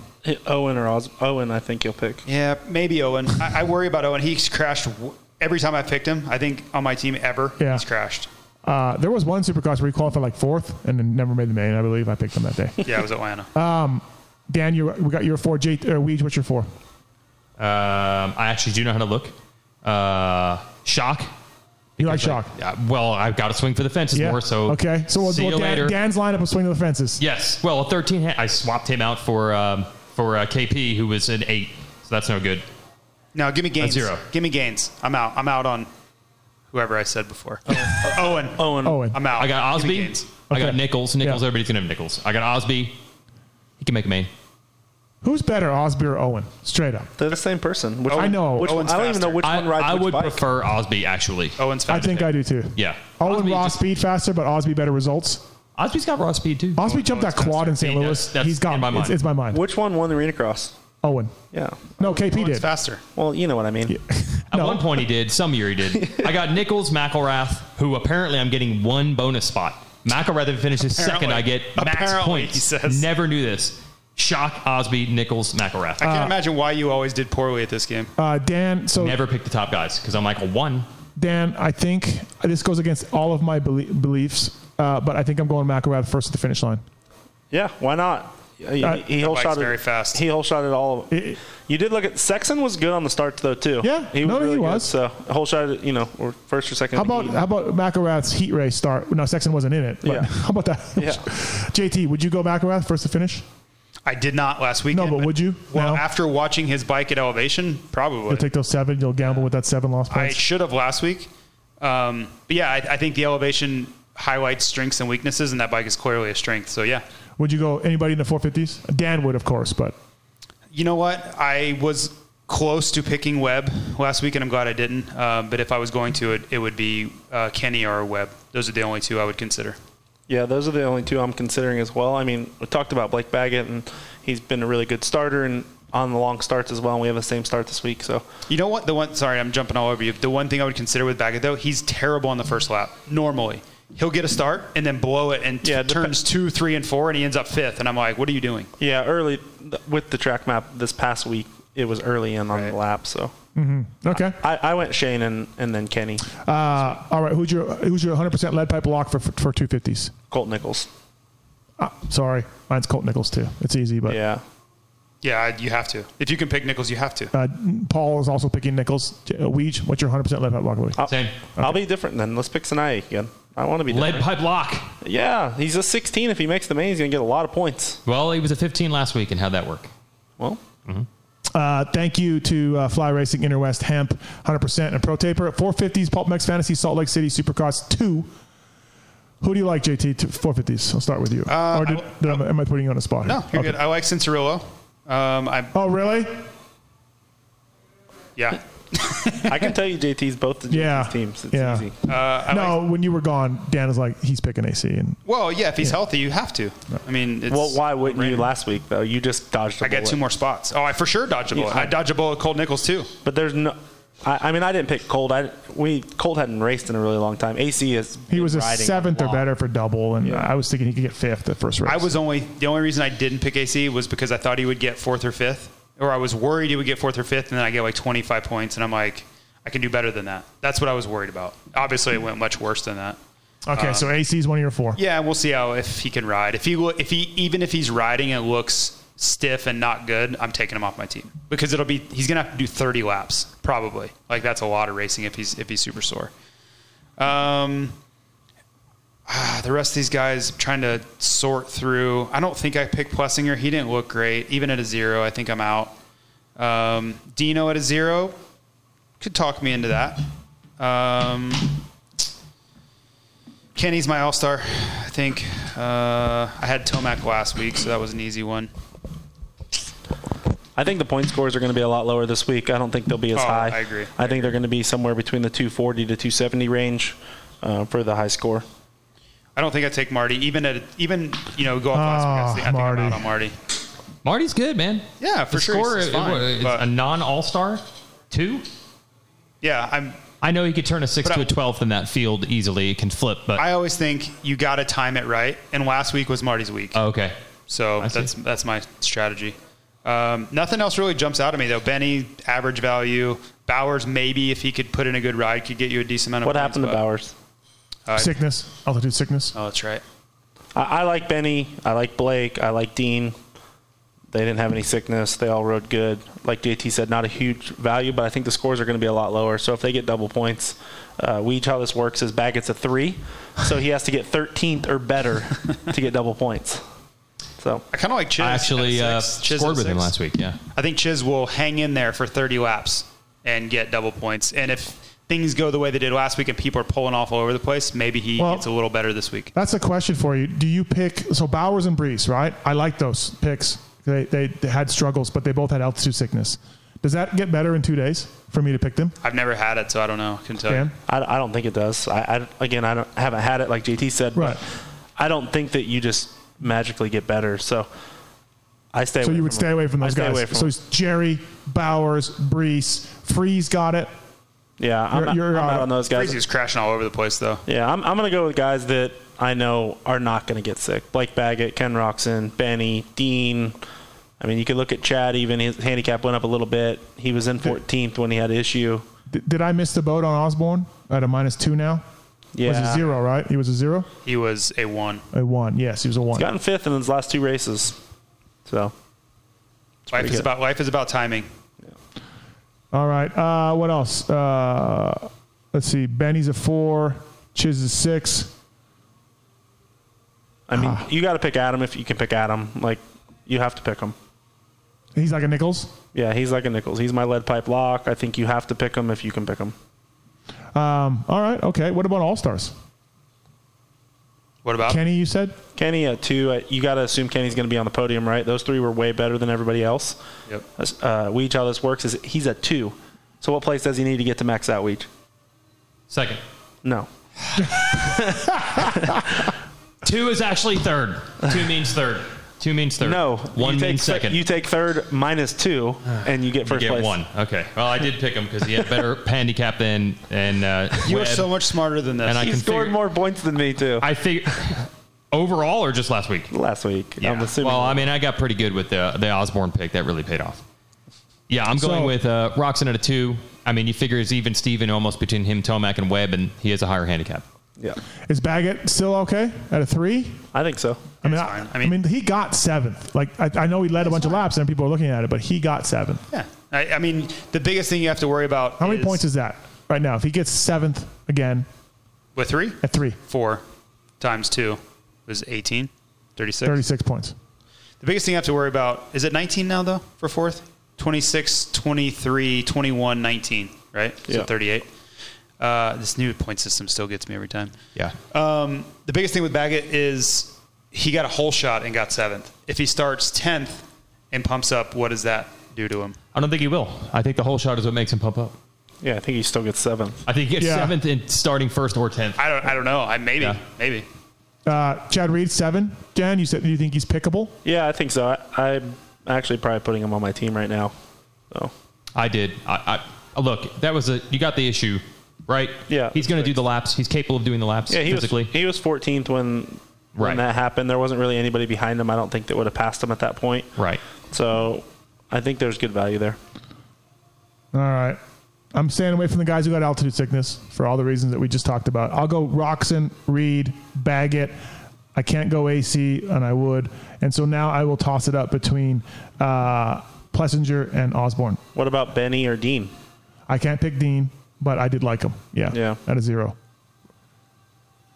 [SPEAKER 2] Owen or Os- Owen, I think you'll pick.
[SPEAKER 4] Yeah, maybe Owen. I, I worry about Owen. He's crashed w- every time I picked him. I think on my team ever,
[SPEAKER 1] Yeah.
[SPEAKER 4] he's crashed.
[SPEAKER 1] Uh, there was one Supercross where he qualified like fourth and then never made the main. I believe I picked him that day.
[SPEAKER 4] Yeah, it was Atlanta.
[SPEAKER 3] Uh,
[SPEAKER 1] Dan, you we got your four. JT, or Weege, what's your four?
[SPEAKER 3] Um, I actually do know how to look. Uh, shock.
[SPEAKER 1] You like Shock?
[SPEAKER 3] Uh, well, I've got to swing for the fences more. So
[SPEAKER 1] okay. So we'll,
[SPEAKER 3] see
[SPEAKER 1] we'll
[SPEAKER 3] you
[SPEAKER 1] Dan,
[SPEAKER 3] later.
[SPEAKER 1] Dan's lineup was swinging the fences.
[SPEAKER 3] Yes. Well, a 13. Ha- I swapped him out for um, for uh, KP, who was an eight. So that's no good.
[SPEAKER 4] No, give me gains.
[SPEAKER 3] zero.
[SPEAKER 4] Give me gains. I'm out. I'm out on whoever I said before. Owen.
[SPEAKER 2] Owen.
[SPEAKER 1] Owen.
[SPEAKER 4] I'm out.
[SPEAKER 3] Oh. I got
[SPEAKER 4] Give me
[SPEAKER 3] Osby.
[SPEAKER 4] Gaines.
[SPEAKER 3] I got
[SPEAKER 1] Okay.
[SPEAKER 3] Nichols. Nichols.
[SPEAKER 1] Yeah.
[SPEAKER 3] Everybody's gonna have Nichols. I got Osby. He can make a main.
[SPEAKER 1] Who's better, Osby or Owen? Straight up.
[SPEAKER 2] They're the same person. Which,
[SPEAKER 1] I
[SPEAKER 2] one-
[SPEAKER 1] know.
[SPEAKER 2] Which one,
[SPEAKER 4] Owen's
[SPEAKER 2] I don't even know
[SPEAKER 4] faster.
[SPEAKER 2] which
[SPEAKER 3] I,
[SPEAKER 2] one rides
[SPEAKER 3] I
[SPEAKER 2] which
[SPEAKER 3] would
[SPEAKER 2] bike.
[SPEAKER 3] prefer Osby actually.
[SPEAKER 4] Owen's
[SPEAKER 1] I
[SPEAKER 4] fast.
[SPEAKER 1] think I do too.
[SPEAKER 3] Yeah.
[SPEAKER 1] Owen
[SPEAKER 3] Osby
[SPEAKER 1] raw
[SPEAKER 3] just-
[SPEAKER 1] speed faster, but Osby better results.
[SPEAKER 3] Osby's got raw speed too.
[SPEAKER 1] Osby jumped that
[SPEAKER 4] Owen's
[SPEAKER 1] quad in St.
[SPEAKER 3] He does.
[SPEAKER 1] Louis.
[SPEAKER 3] That's
[SPEAKER 1] He's
[SPEAKER 3] in
[SPEAKER 1] got
[SPEAKER 3] my mind.
[SPEAKER 1] it's, it's my mind.
[SPEAKER 2] Which one won the arena cross?
[SPEAKER 1] Owen.
[SPEAKER 2] Yeah.
[SPEAKER 1] No, KP
[SPEAKER 4] Owen's
[SPEAKER 1] did.
[SPEAKER 4] faster.
[SPEAKER 2] Well, you know what I mean.
[SPEAKER 3] At
[SPEAKER 1] No.
[SPEAKER 3] one point he did. Some year he did. I got Nichols, McElrath, who apparently I'm getting one bonus spot. McElrath if he finishes second,
[SPEAKER 4] Apparently.
[SPEAKER 3] I get max
[SPEAKER 4] Apparently,
[SPEAKER 3] points.
[SPEAKER 4] he says.
[SPEAKER 3] Never knew this. Shock, Osby, Nichols, McElrath.
[SPEAKER 4] I can't imagine why you always did poorly at this game.
[SPEAKER 1] Uh, Dan, so
[SPEAKER 3] Never picked the top guys because I'm like a one.
[SPEAKER 1] Dan, I think this goes against all of my belie- beliefs, uh, but I think I'm going McElrath first at the finish line.
[SPEAKER 2] Yeah. Why not? He,
[SPEAKER 1] Uh,
[SPEAKER 2] he whole
[SPEAKER 4] bike's
[SPEAKER 2] shot
[SPEAKER 4] very fast.
[SPEAKER 2] He whole shot at all. Of,
[SPEAKER 1] It-
[SPEAKER 2] you did look at Sexton was good on the starts though too.
[SPEAKER 1] Yeah.
[SPEAKER 2] He was
[SPEAKER 1] No, no, he
[SPEAKER 2] really
[SPEAKER 1] was.
[SPEAKER 2] Good, so whole shot. At, you know, or first or second.
[SPEAKER 1] How about how about McElrath's heat race start? No, Sexton wasn't in it. But
[SPEAKER 2] Yeah.
[SPEAKER 1] How about that?
[SPEAKER 2] Yeah.
[SPEAKER 1] JT, would you go McElrath first to finish?
[SPEAKER 4] I did not last weekend.
[SPEAKER 1] No, but would you
[SPEAKER 4] Well,
[SPEAKER 1] now?
[SPEAKER 4] after watching his bike at elevation, probably.
[SPEAKER 1] You'll take those seven. You'll gamble with that seven loss
[SPEAKER 4] I
[SPEAKER 1] points.
[SPEAKER 4] should have last week. Um, but yeah, I, I think the elevation highlights strengths and weaknesses, and that bike is clearly a strength. So yeah,
[SPEAKER 1] would you go anybody in the 450s? Dan would, of course, but
[SPEAKER 4] you know what? I was close to picking Webb last week, and I'm glad I didn't. Um, but if I was going to, it, it would be uh, Kenny or Webb. Those are the only two I would consider.
[SPEAKER 2] Yeah, those are the only two I'm considering as well. I mean, we talked about Blake Baggett, and he's been a really good starter and on the long starts as well. And we have the same start this week, so
[SPEAKER 4] You know what? The one. Sorry, I'm jumping all over you. The one thing I would consider with Baggett though, he's terrible on the first lap. Normally, he'll get a start and then blow it and t-
[SPEAKER 2] Yeah, it dep-
[SPEAKER 4] turns two, three, and four, and he ends up fifth. And I'm like, what are you doing?
[SPEAKER 2] yeah. Early th- with the track map this past week, it was early in on
[SPEAKER 4] Right.
[SPEAKER 2] the lap, so
[SPEAKER 1] okay.
[SPEAKER 2] I, I went Shane and, and then Kenny
[SPEAKER 1] Uh, all right. Who's your who's your 100% lead pipe lock for for, 250s?
[SPEAKER 2] Colt Nichols.
[SPEAKER 1] Uh, sorry, mine's Colt Nichols too. It's easy, but
[SPEAKER 2] Yeah,
[SPEAKER 4] Yeah, I- you have to. If you can pick Nichols, you have to.
[SPEAKER 1] uh, Paul is also picking Nichols. J- Uh, Weege, what's your 100% lead pipe lock?
[SPEAKER 4] Uh.
[SPEAKER 1] Louis?
[SPEAKER 2] I'll,
[SPEAKER 3] Same.
[SPEAKER 2] I'll be different then. Let's pick Sinai again. I want to be
[SPEAKER 3] Lead
[SPEAKER 2] different.
[SPEAKER 3] pipe lock.
[SPEAKER 2] Yeah, he's a 16. If he makes the main, he's gonna get a lot of points.
[SPEAKER 3] Well, he was a 15 last week, and how'd that work?
[SPEAKER 2] Well,
[SPEAKER 1] Uh, thank you to uh, Fly Racing, Interwest, Hemp, 100%, and Pro Taper. 450s, Pulp Mex Fantasy, Salt Lake City, Supercross 2. Who do you like, JT, to 450s? I'll start with you.
[SPEAKER 4] Uh,
[SPEAKER 1] or did,
[SPEAKER 4] I-
[SPEAKER 1] did I, am I putting you on the spot? here?
[SPEAKER 4] No, you're
[SPEAKER 1] Okay.
[SPEAKER 4] good. I like Cincerillo. Um, I
[SPEAKER 1] Oh, really?
[SPEAKER 4] yeah.
[SPEAKER 2] I can tell you, JT's both the JT's
[SPEAKER 1] Yeah.
[SPEAKER 2] teams. It's
[SPEAKER 1] Yeah.
[SPEAKER 2] easy.
[SPEAKER 4] Uh, I like-
[SPEAKER 1] no, when you were gone, Dan is like, he's picking AC. And
[SPEAKER 4] well, yeah. If he's healthy, you have to. I mean, it's,
[SPEAKER 2] Well, why wouldn't you last week though? You just dodged. a
[SPEAKER 4] I got
[SPEAKER 2] bullet.
[SPEAKER 4] two more spots. Oh, I for sure dodged a bullet.
[SPEAKER 2] Yeah.
[SPEAKER 4] I dodged a bullet. Cold Nichols too.
[SPEAKER 2] But there's no. I, I mean, I didn't pick Colt. I we Colt hadn't raced in a really long time. AC is.
[SPEAKER 1] he was a seventh or better for double, and I was thinking he could get fifth the first race.
[SPEAKER 4] I was only the only reason I didn't pick AC was because I thought he would get fourth or fifth, or I was worried he would get fourth or fifth, and then I get like 25 points, and I'm like, I can do better than that. That's what I was worried about. Obviously, it went much worse than that.
[SPEAKER 1] okay, so AC is one of your four.
[SPEAKER 4] Yeah, we'll see how if he can ride. If he lo- if he even if he's riding and looks stiff and not good, I'm taking him off my team because it'll be he's gonna have to do 30 laps probably. Like that's a lot of racing if he's if he's super sore. Um, ah, the rest of these guys I'm trying to sort through. I don't think I picked Plessinger. He didn't look great even at a zero. I think I'm out. Um, Dino at a zero could talk me into that. Um, Kenny's my all star, I think. Uh, I had Tomac last week, so that was an easy one.
[SPEAKER 2] I think the point scores are going to be a lot lower this week. I don't think they'll be as
[SPEAKER 4] Oh,
[SPEAKER 2] high.
[SPEAKER 4] I agree.
[SPEAKER 2] I think they're going to be somewhere between the 240 to 270 range uh, for the high score.
[SPEAKER 4] I don't think I take Marty, even at even you know go off last week.
[SPEAKER 1] Ah,
[SPEAKER 4] I think
[SPEAKER 1] Marty.
[SPEAKER 4] I'm out on Marty.
[SPEAKER 3] Marty's good, man.
[SPEAKER 4] Yeah, for
[SPEAKER 3] the
[SPEAKER 4] sure,
[SPEAKER 3] Score,
[SPEAKER 4] he's-
[SPEAKER 3] it-
[SPEAKER 4] he's fine,
[SPEAKER 3] it- it's
[SPEAKER 4] but-
[SPEAKER 3] a non All Star two.
[SPEAKER 4] Yeah, I'm.
[SPEAKER 3] I know he could turn a six
[SPEAKER 4] But
[SPEAKER 3] to
[SPEAKER 4] I-
[SPEAKER 3] a twelfth in that field easily. It can flip, but
[SPEAKER 4] I always think you got to time it right, and last week was Marty's week,
[SPEAKER 3] oh, okay.
[SPEAKER 4] so
[SPEAKER 3] I see.
[SPEAKER 4] that's that's my strategy. Um, nothing else really jumps out at me though. Benny average value. Bowers maybe if he could put in a good ride could get you a decent amount of
[SPEAKER 2] What
[SPEAKER 4] points,
[SPEAKER 2] happened to
[SPEAKER 4] but-
[SPEAKER 2] Bowers?
[SPEAKER 1] Sickness, altitude sickness.
[SPEAKER 4] Oh, that's right.
[SPEAKER 2] I, I like Benny. I like Blake. I like Dean. They didn't have any sickness. They all rode good. Like JT said, not a huge value, but I think the scores are going to be a lot lower. So if they get double points, uh, we how this works is Baggett's a three, so he has to get 13th or better to get double points. So
[SPEAKER 4] I kind of like Chiz.
[SPEAKER 3] I actually
[SPEAKER 4] at
[SPEAKER 3] uh,
[SPEAKER 4] six. Chiz
[SPEAKER 3] scored
[SPEAKER 4] at
[SPEAKER 3] with him
[SPEAKER 4] six.
[SPEAKER 3] last week. Yeah,
[SPEAKER 4] I think Chiz will hang in there for 30 laps and get double points. And if things go the way they did last week and people are pulling off all over the place, maybe he
[SPEAKER 1] Well-
[SPEAKER 4] gets a little better this week.
[SPEAKER 1] That's a question for you. Do you pick so Bowers and Brees, right? I like those picks. They, they, they had struggles, but they both had altitude sickness. Does that get better in two days for me to pick them?
[SPEAKER 4] I've never had it, so I don't know. Can tell
[SPEAKER 1] Dan?
[SPEAKER 4] you.
[SPEAKER 2] I, I don't think it does. I, I again, I don't haven't had it like JT said,
[SPEAKER 1] Right.
[SPEAKER 2] but I don't think that you just magically get better. So I stay.
[SPEAKER 1] So
[SPEAKER 2] away
[SPEAKER 1] you would
[SPEAKER 2] from
[SPEAKER 1] stay
[SPEAKER 2] them.
[SPEAKER 1] away from
[SPEAKER 2] I
[SPEAKER 1] those
[SPEAKER 2] stay
[SPEAKER 1] guys.
[SPEAKER 2] away from
[SPEAKER 1] so
[SPEAKER 2] them.
[SPEAKER 1] it's Jerry, Bowers, Brees, Freeze got it.
[SPEAKER 2] yeah, I'm,
[SPEAKER 1] you're-
[SPEAKER 2] not,
[SPEAKER 1] you're,
[SPEAKER 2] I'm
[SPEAKER 1] uh,
[SPEAKER 2] not on those guys.
[SPEAKER 4] Crazy is crashing all over the place though.
[SPEAKER 2] Yeah, I'm, I'm going to go with guys that I know are not going to get sick. Blake Baggett, Ken Roxon, Benny, Dean. I mean, you could look at Chad. Even his handicap went up a little bit. He was in 14th when he had issue.
[SPEAKER 1] D- did I miss the boat on Osborne at a minus two now?
[SPEAKER 2] Yeah,
[SPEAKER 1] Was a zero, right? He was a zero?
[SPEAKER 4] He was a one
[SPEAKER 1] A one. Yes, he was a one.
[SPEAKER 2] Gotten fifth in his last two races. So
[SPEAKER 4] life is
[SPEAKER 2] good.
[SPEAKER 4] about life is about timing.
[SPEAKER 1] All right. Uh, what else? Uh, let's see. Benny's a four. Chiz is six.
[SPEAKER 2] I mean, you got to pick Adam if you can pick Adam. Like you have to pick him.
[SPEAKER 1] He's like a Nichols.
[SPEAKER 2] Yeah, he's like a Nichols. He's my lead pipe lock. I think you have to pick him if you can pick him.
[SPEAKER 1] Um, all right. Okay. What about All Stars?
[SPEAKER 4] What about
[SPEAKER 1] Kenny, you said?
[SPEAKER 2] Kenny at two. uh, You got to assume Kenny's going to be on the podium, right? Those three were way better than everybody else.
[SPEAKER 4] Yep.
[SPEAKER 2] Uh, Weege, how this works is he's at two. So what place does he need to get to max out Weege?
[SPEAKER 3] Second.
[SPEAKER 2] No.
[SPEAKER 3] Two is actually third. Two means third. Two means third.
[SPEAKER 2] No.
[SPEAKER 3] One
[SPEAKER 2] you take
[SPEAKER 3] means
[SPEAKER 2] thir-
[SPEAKER 3] second.
[SPEAKER 2] You take third minus two, and you get
[SPEAKER 3] You
[SPEAKER 2] first
[SPEAKER 3] get
[SPEAKER 2] place.
[SPEAKER 3] one. Okay. Well, I did pick him because he had better handicap than and uh,
[SPEAKER 4] You are
[SPEAKER 3] Webb.
[SPEAKER 4] so much smarter than this.
[SPEAKER 3] And I
[SPEAKER 2] He
[SPEAKER 3] can
[SPEAKER 2] scored
[SPEAKER 3] figure-
[SPEAKER 2] more points than me too
[SPEAKER 3] I figure overall or just last week.
[SPEAKER 2] last week. I'm assuming.
[SPEAKER 3] Well, I mean, I got pretty good with the the Osborne pick. That really paid off. Yeah, I'm going
[SPEAKER 1] So-
[SPEAKER 3] with uh, Roxon at a two. I mean, you figure it's even Steven almost between him, Tomac, and Webb, and he has a higher handicap.
[SPEAKER 2] yeah,
[SPEAKER 1] Is Baggett still okay at a three?
[SPEAKER 2] I think so.
[SPEAKER 1] I mean,
[SPEAKER 4] That's
[SPEAKER 1] I,
[SPEAKER 4] fine.
[SPEAKER 1] I
[SPEAKER 4] I
[SPEAKER 1] mean,
[SPEAKER 4] mean-
[SPEAKER 1] he got seventh. Like, I, I know he led a bunch of laps and people are looking at it, but he got seventh.
[SPEAKER 4] yeah. I, I mean, the biggest thing you have to worry about.
[SPEAKER 1] How many points is that right now? If he gets seventh again
[SPEAKER 4] with three?
[SPEAKER 1] at three,
[SPEAKER 4] Four times two is 18, 36.
[SPEAKER 1] 36 points.
[SPEAKER 4] The biggest thing you have to worry about is it 19 now, though, for fourth? 26, 23, 21, 19, right?
[SPEAKER 2] Yeah.
[SPEAKER 4] So 38. Uh, this new point system still gets me every time.
[SPEAKER 3] Yeah.
[SPEAKER 4] Um, the biggest thing with Baggett is he got a whole shot and got seventh. If he starts 10th and pumps up, what does that do to him?
[SPEAKER 3] I don't think he will. I think the whole shot is what makes him pump up.
[SPEAKER 2] Yeah, I think he still gets seven.
[SPEAKER 3] I think he gets
[SPEAKER 1] Yeah.
[SPEAKER 3] seventh and starting first or tenth.
[SPEAKER 4] I don't, I don't know. I Maybe.
[SPEAKER 3] Yeah.
[SPEAKER 4] Maybe.
[SPEAKER 1] Uh, Chad Reed, seven. Jan, you said you think he's pickable?
[SPEAKER 2] Yeah, I think so. I, I'm actually probably putting him on my team right now. So
[SPEAKER 3] I did. I, I look. That was a. You got the issue, right?
[SPEAKER 2] Yeah.
[SPEAKER 3] He's going to do the laps. He's capable of doing the laps
[SPEAKER 2] yeah, he
[SPEAKER 3] physically.
[SPEAKER 2] was he was 14th when when
[SPEAKER 3] Right.
[SPEAKER 2] that happened. There wasn't really anybody behind him. I don't think that would have passed him at that point.
[SPEAKER 3] right.
[SPEAKER 2] So I think there's good value there.
[SPEAKER 1] All right. I'm staying away from the guys who got altitude sickness for all the reasons that we just talked about. I'll go Roxon, Reed, Baggett. I can't go AC, and I would. And so now I will toss it up between uh, Plessinger and Osborne.
[SPEAKER 2] What about Benny or Dean?
[SPEAKER 1] I can't pick Dean, but I did like him. Yeah.
[SPEAKER 2] Yeah.
[SPEAKER 1] At a zero.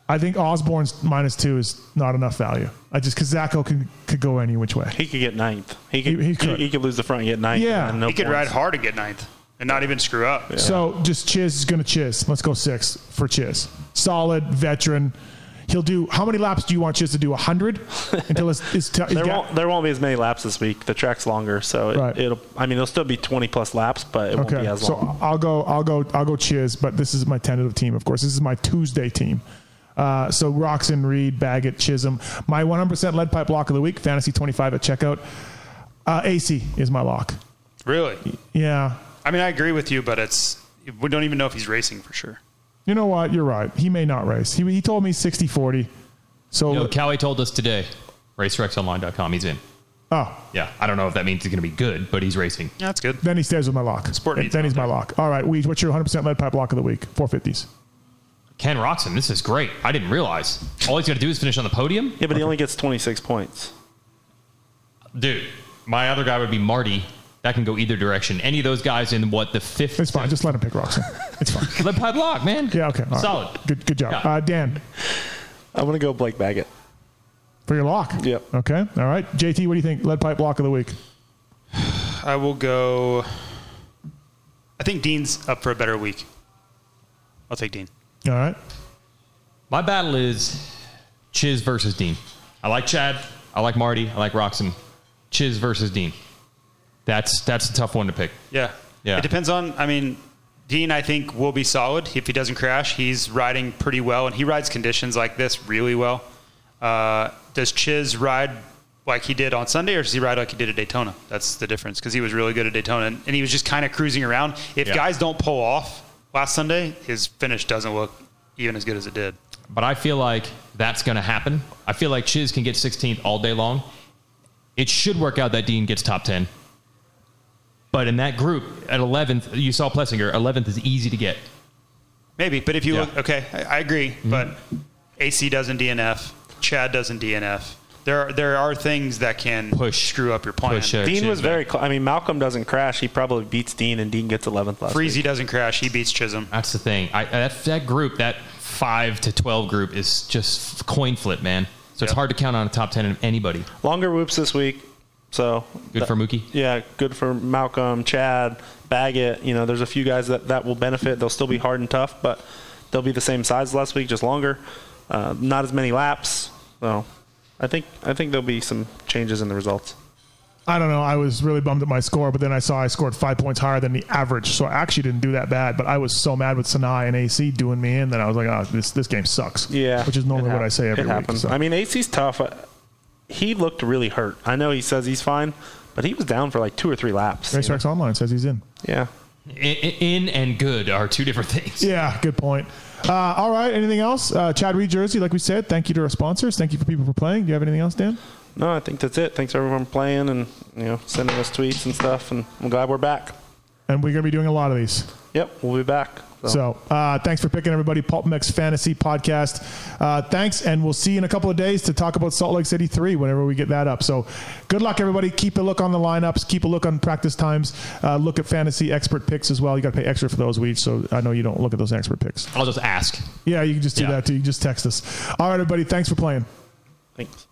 [SPEAKER 1] I think Osborne's minus two is not enough value. I just because Zacho could, could go any which way.
[SPEAKER 2] He could get ninth. He
[SPEAKER 1] He-
[SPEAKER 2] could he,
[SPEAKER 1] he
[SPEAKER 2] he
[SPEAKER 1] could.
[SPEAKER 2] could. lose the front and get ninth.
[SPEAKER 1] Yeah.
[SPEAKER 2] and no
[SPEAKER 4] He could ride
[SPEAKER 2] points.
[SPEAKER 4] hard and get ninth and not even screw up.
[SPEAKER 1] So just Chiz is going to Chiz. Let's go six for Chiz. Solid veteran. He'll do. How many laps do you want Chiz to do? hundred until it's, it's, t-
[SPEAKER 2] There won't there won't be as many laps this week. The track's longer, so it,
[SPEAKER 1] Right.
[SPEAKER 2] it'll. I mean, it'll still be 20 plus laps, but it won't be
[SPEAKER 1] Okay,
[SPEAKER 2] as
[SPEAKER 1] so uh,
[SPEAKER 2] long.
[SPEAKER 1] I'll go, I'll go, I'll go. Chiz, but this is my tentative team. Of course, this is my Tuesday team. Uh, so Roxon, Reed, Baggett, Chisholm. My 100% lead pipe lock of the week, fantasy 25 at checkout. Uh, AC is my lock.
[SPEAKER 4] Really?
[SPEAKER 1] Yeah,
[SPEAKER 4] I mean, I agree with you, but it's we don't even know if he's racing for sure.
[SPEAKER 1] you know what? You're right. He may not race. He, he told me 60 40. So
[SPEAKER 3] No, Cowie told us today. RacerXOnline.com. He's in.
[SPEAKER 1] oh,
[SPEAKER 3] Yeah. I don't know if that means he's going to be good, but he's racing.
[SPEAKER 4] Yeah, that's good.
[SPEAKER 1] then he stays with my lock.
[SPEAKER 4] Sport
[SPEAKER 1] then
[SPEAKER 4] needs
[SPEAKER 1] he's my lock.
[SPEAKER 4] contact.
[SPEAKER 1] All right, Weege, what's your 100% lead pipe lock of the week? 450s.
[SPEAKER 3] Ken Roxon, this is great. I didn't realize. All he's got to do is finish on the podium.
[SPEAKER 2] Yeah, but he only gets 26 points.
[SPEAKER 3] Dude, my other guy would be Marty. That can go either direction. Any of those guys in what the fifth?
[SPEAKER 1] It's fine. Just let him pick Roxon. It's fine.
[SPEAKER 3] Let Pipe lock, man.
[SPEAKER 1] Yeah, okay. all right.
[SPEAKER 3] Solid.
[SPEAKER 1] Good, good job.
[SPEAKER 3] Yeah.
[SPEAKER 1] Uh, Dan,
[SPEAKER 2] I'm gonna go Blake Baggett.
[SPEAKER 1] for your lock.
[SPEAKER 2] Yep.
[SPEAKER 1] Okay. All right. JT, what do you think? Lead pipe lock of the week.
[SPEAKER 4] I will go. I think Dean's up for a better week. I'll take Dean.
[SPEAKER 1] All right.
[SPEAKER 3] My battle is Chiz versus Dean. I like Chad. I like Marty. I like Roxon. Chiz versus Dean. That's that's a tough one to pick.
[SPEAKER 4] Yeah.
[SPEAKER 3] Yeah.
[SPEAKER 4] It depends on, I mean, Dean, I think, will be solid if he doesn't crash. He's riding pretty well, and he rides conditions like this really well. Uh, does Chiz ride like he did on Sunday, or does he ride like he did at Daytona? That's the difference because he was really good at Daytona, and, and he was just kind of cruising around. If
[SPEAKER 3] Yeah.
[SPEAKER 4] guys don't pull off last Sunday, his finish doesn't look even as good as it did.
[SPEAKER 3] But I feel like that's going to happen. I feel like Chiz can get 16th all day long. It should work out that Dean gets top 10. But in that group at 11th, you saw Plessinger. 11th is easy to get.
[SPEAKER 4] Maybe, but if you
[SPEAKER 3] Yeah. Mm-hmm.
[SPEAKER 4] look, okay, I, I agree. But AC doesn't DNF, Chad doesn't DNF. There, are, there are things that can
[SPEAKER 3] Push.
[SPEAKER 4] screw up your plan.
[SPEAKER 3] Push, uh,
[SPEAKER 2] Dean
[SPEAKER 3] Chiz
[SPEAKER 2] was
[SPEAKER 3] back.
[SPEAKER 2] very. Cl- I mean, Malcolm doesn't crash. He probably beats Dean, and Dean gets 11th last.
[SPEAKER 4] Freezy doesn't crash. He beats Chisholm.
[SPEAKER 3] That's the thing. I, that, that group, that 5 to 12 group, is just coin flip, man. So it's
[SPEAKER 4] Yeah.
[SPEAKER 3] hard to count on a top 10 in anybody.
[SPEAKER 2] week. Longer whoops this week, so
[SPEAKER 3] Good for Mookie.
[SPEAKER 2] Yeah, good for Malcolm, Chad, Baggett. You know, there's a few guys that that will benefit. They'll still be hard and tough, but they'll be the same size last week, just longer. Uh, not as many laps. So, I think I think there'll be some changes in the results.
[SPEAKER 1] I don't know. I was really bummed at my score, but then I saw I scored five points higher than the average, so I actually didn't do that bad. But I was so mad with Sanai and AC doing me in that I was like, "Oh, this this game sucks."
[SPEAKER 2] Yeah,
[SPEAKER 1] which is normally
[SPEAKER 2] It
[SPEAKER 1] what I
[SPEAKER 2] hap-
[SPEAKER 1] say every
[SPEAKER 2] it
[SPEAKER 1] week.
[SPEAKER 2] happens.
[SPEAKER 1] so.
[SPEAKER 2] I mean, AC's tough. Uh, He looked really hurt. I know he says he's fine, but he was down for like two or three laps. you know?
[SPEAKER 1] RaceX Online says he's in.
[SPEAKER 2] Yeah.
[SPEAKER 3] I- I- In and good are two different things.
[SPEAKER 1] Yeah, good point. Uh, all right. Anything else? Uh, Chad Reed Jersey, like we said. Thank you to our sponsors. Thank you for people for playing. Do you have anything else, Dan?
[SPEAKER 2] No, I think that's it. Thanks everyone for playing and you know sending us tweets and stuff. And I'm glad we're back.
[SPEAKER 1] And we're gonna be doing a lot of these.
[SPEAKER 2] Yep, we'll be back.
[SPEAKER 1] So uh, thanks for picking everybody. Pulp Mex Fantasy Podcast. Uh, thanks, and we'll see you in a couple of days to talk about Salt Lake City three whenever we get that up. So good luck, everybody. Keep a look on the lineups. Keep a look on practice times. Uh, look at fantasy expert picks as well. You got to pay extra for those weeds. So I know you don't look at those expert picks.
[SPEAKER 3] I'll just ask.
[SPEAKER 1] Yeah, you can just do
[SPEAKER 3] Yeah.
[SPEAKER 1] that too. You can just text us. All right, everybody. Thanks for playing.
[SPEAKER 2] thanks.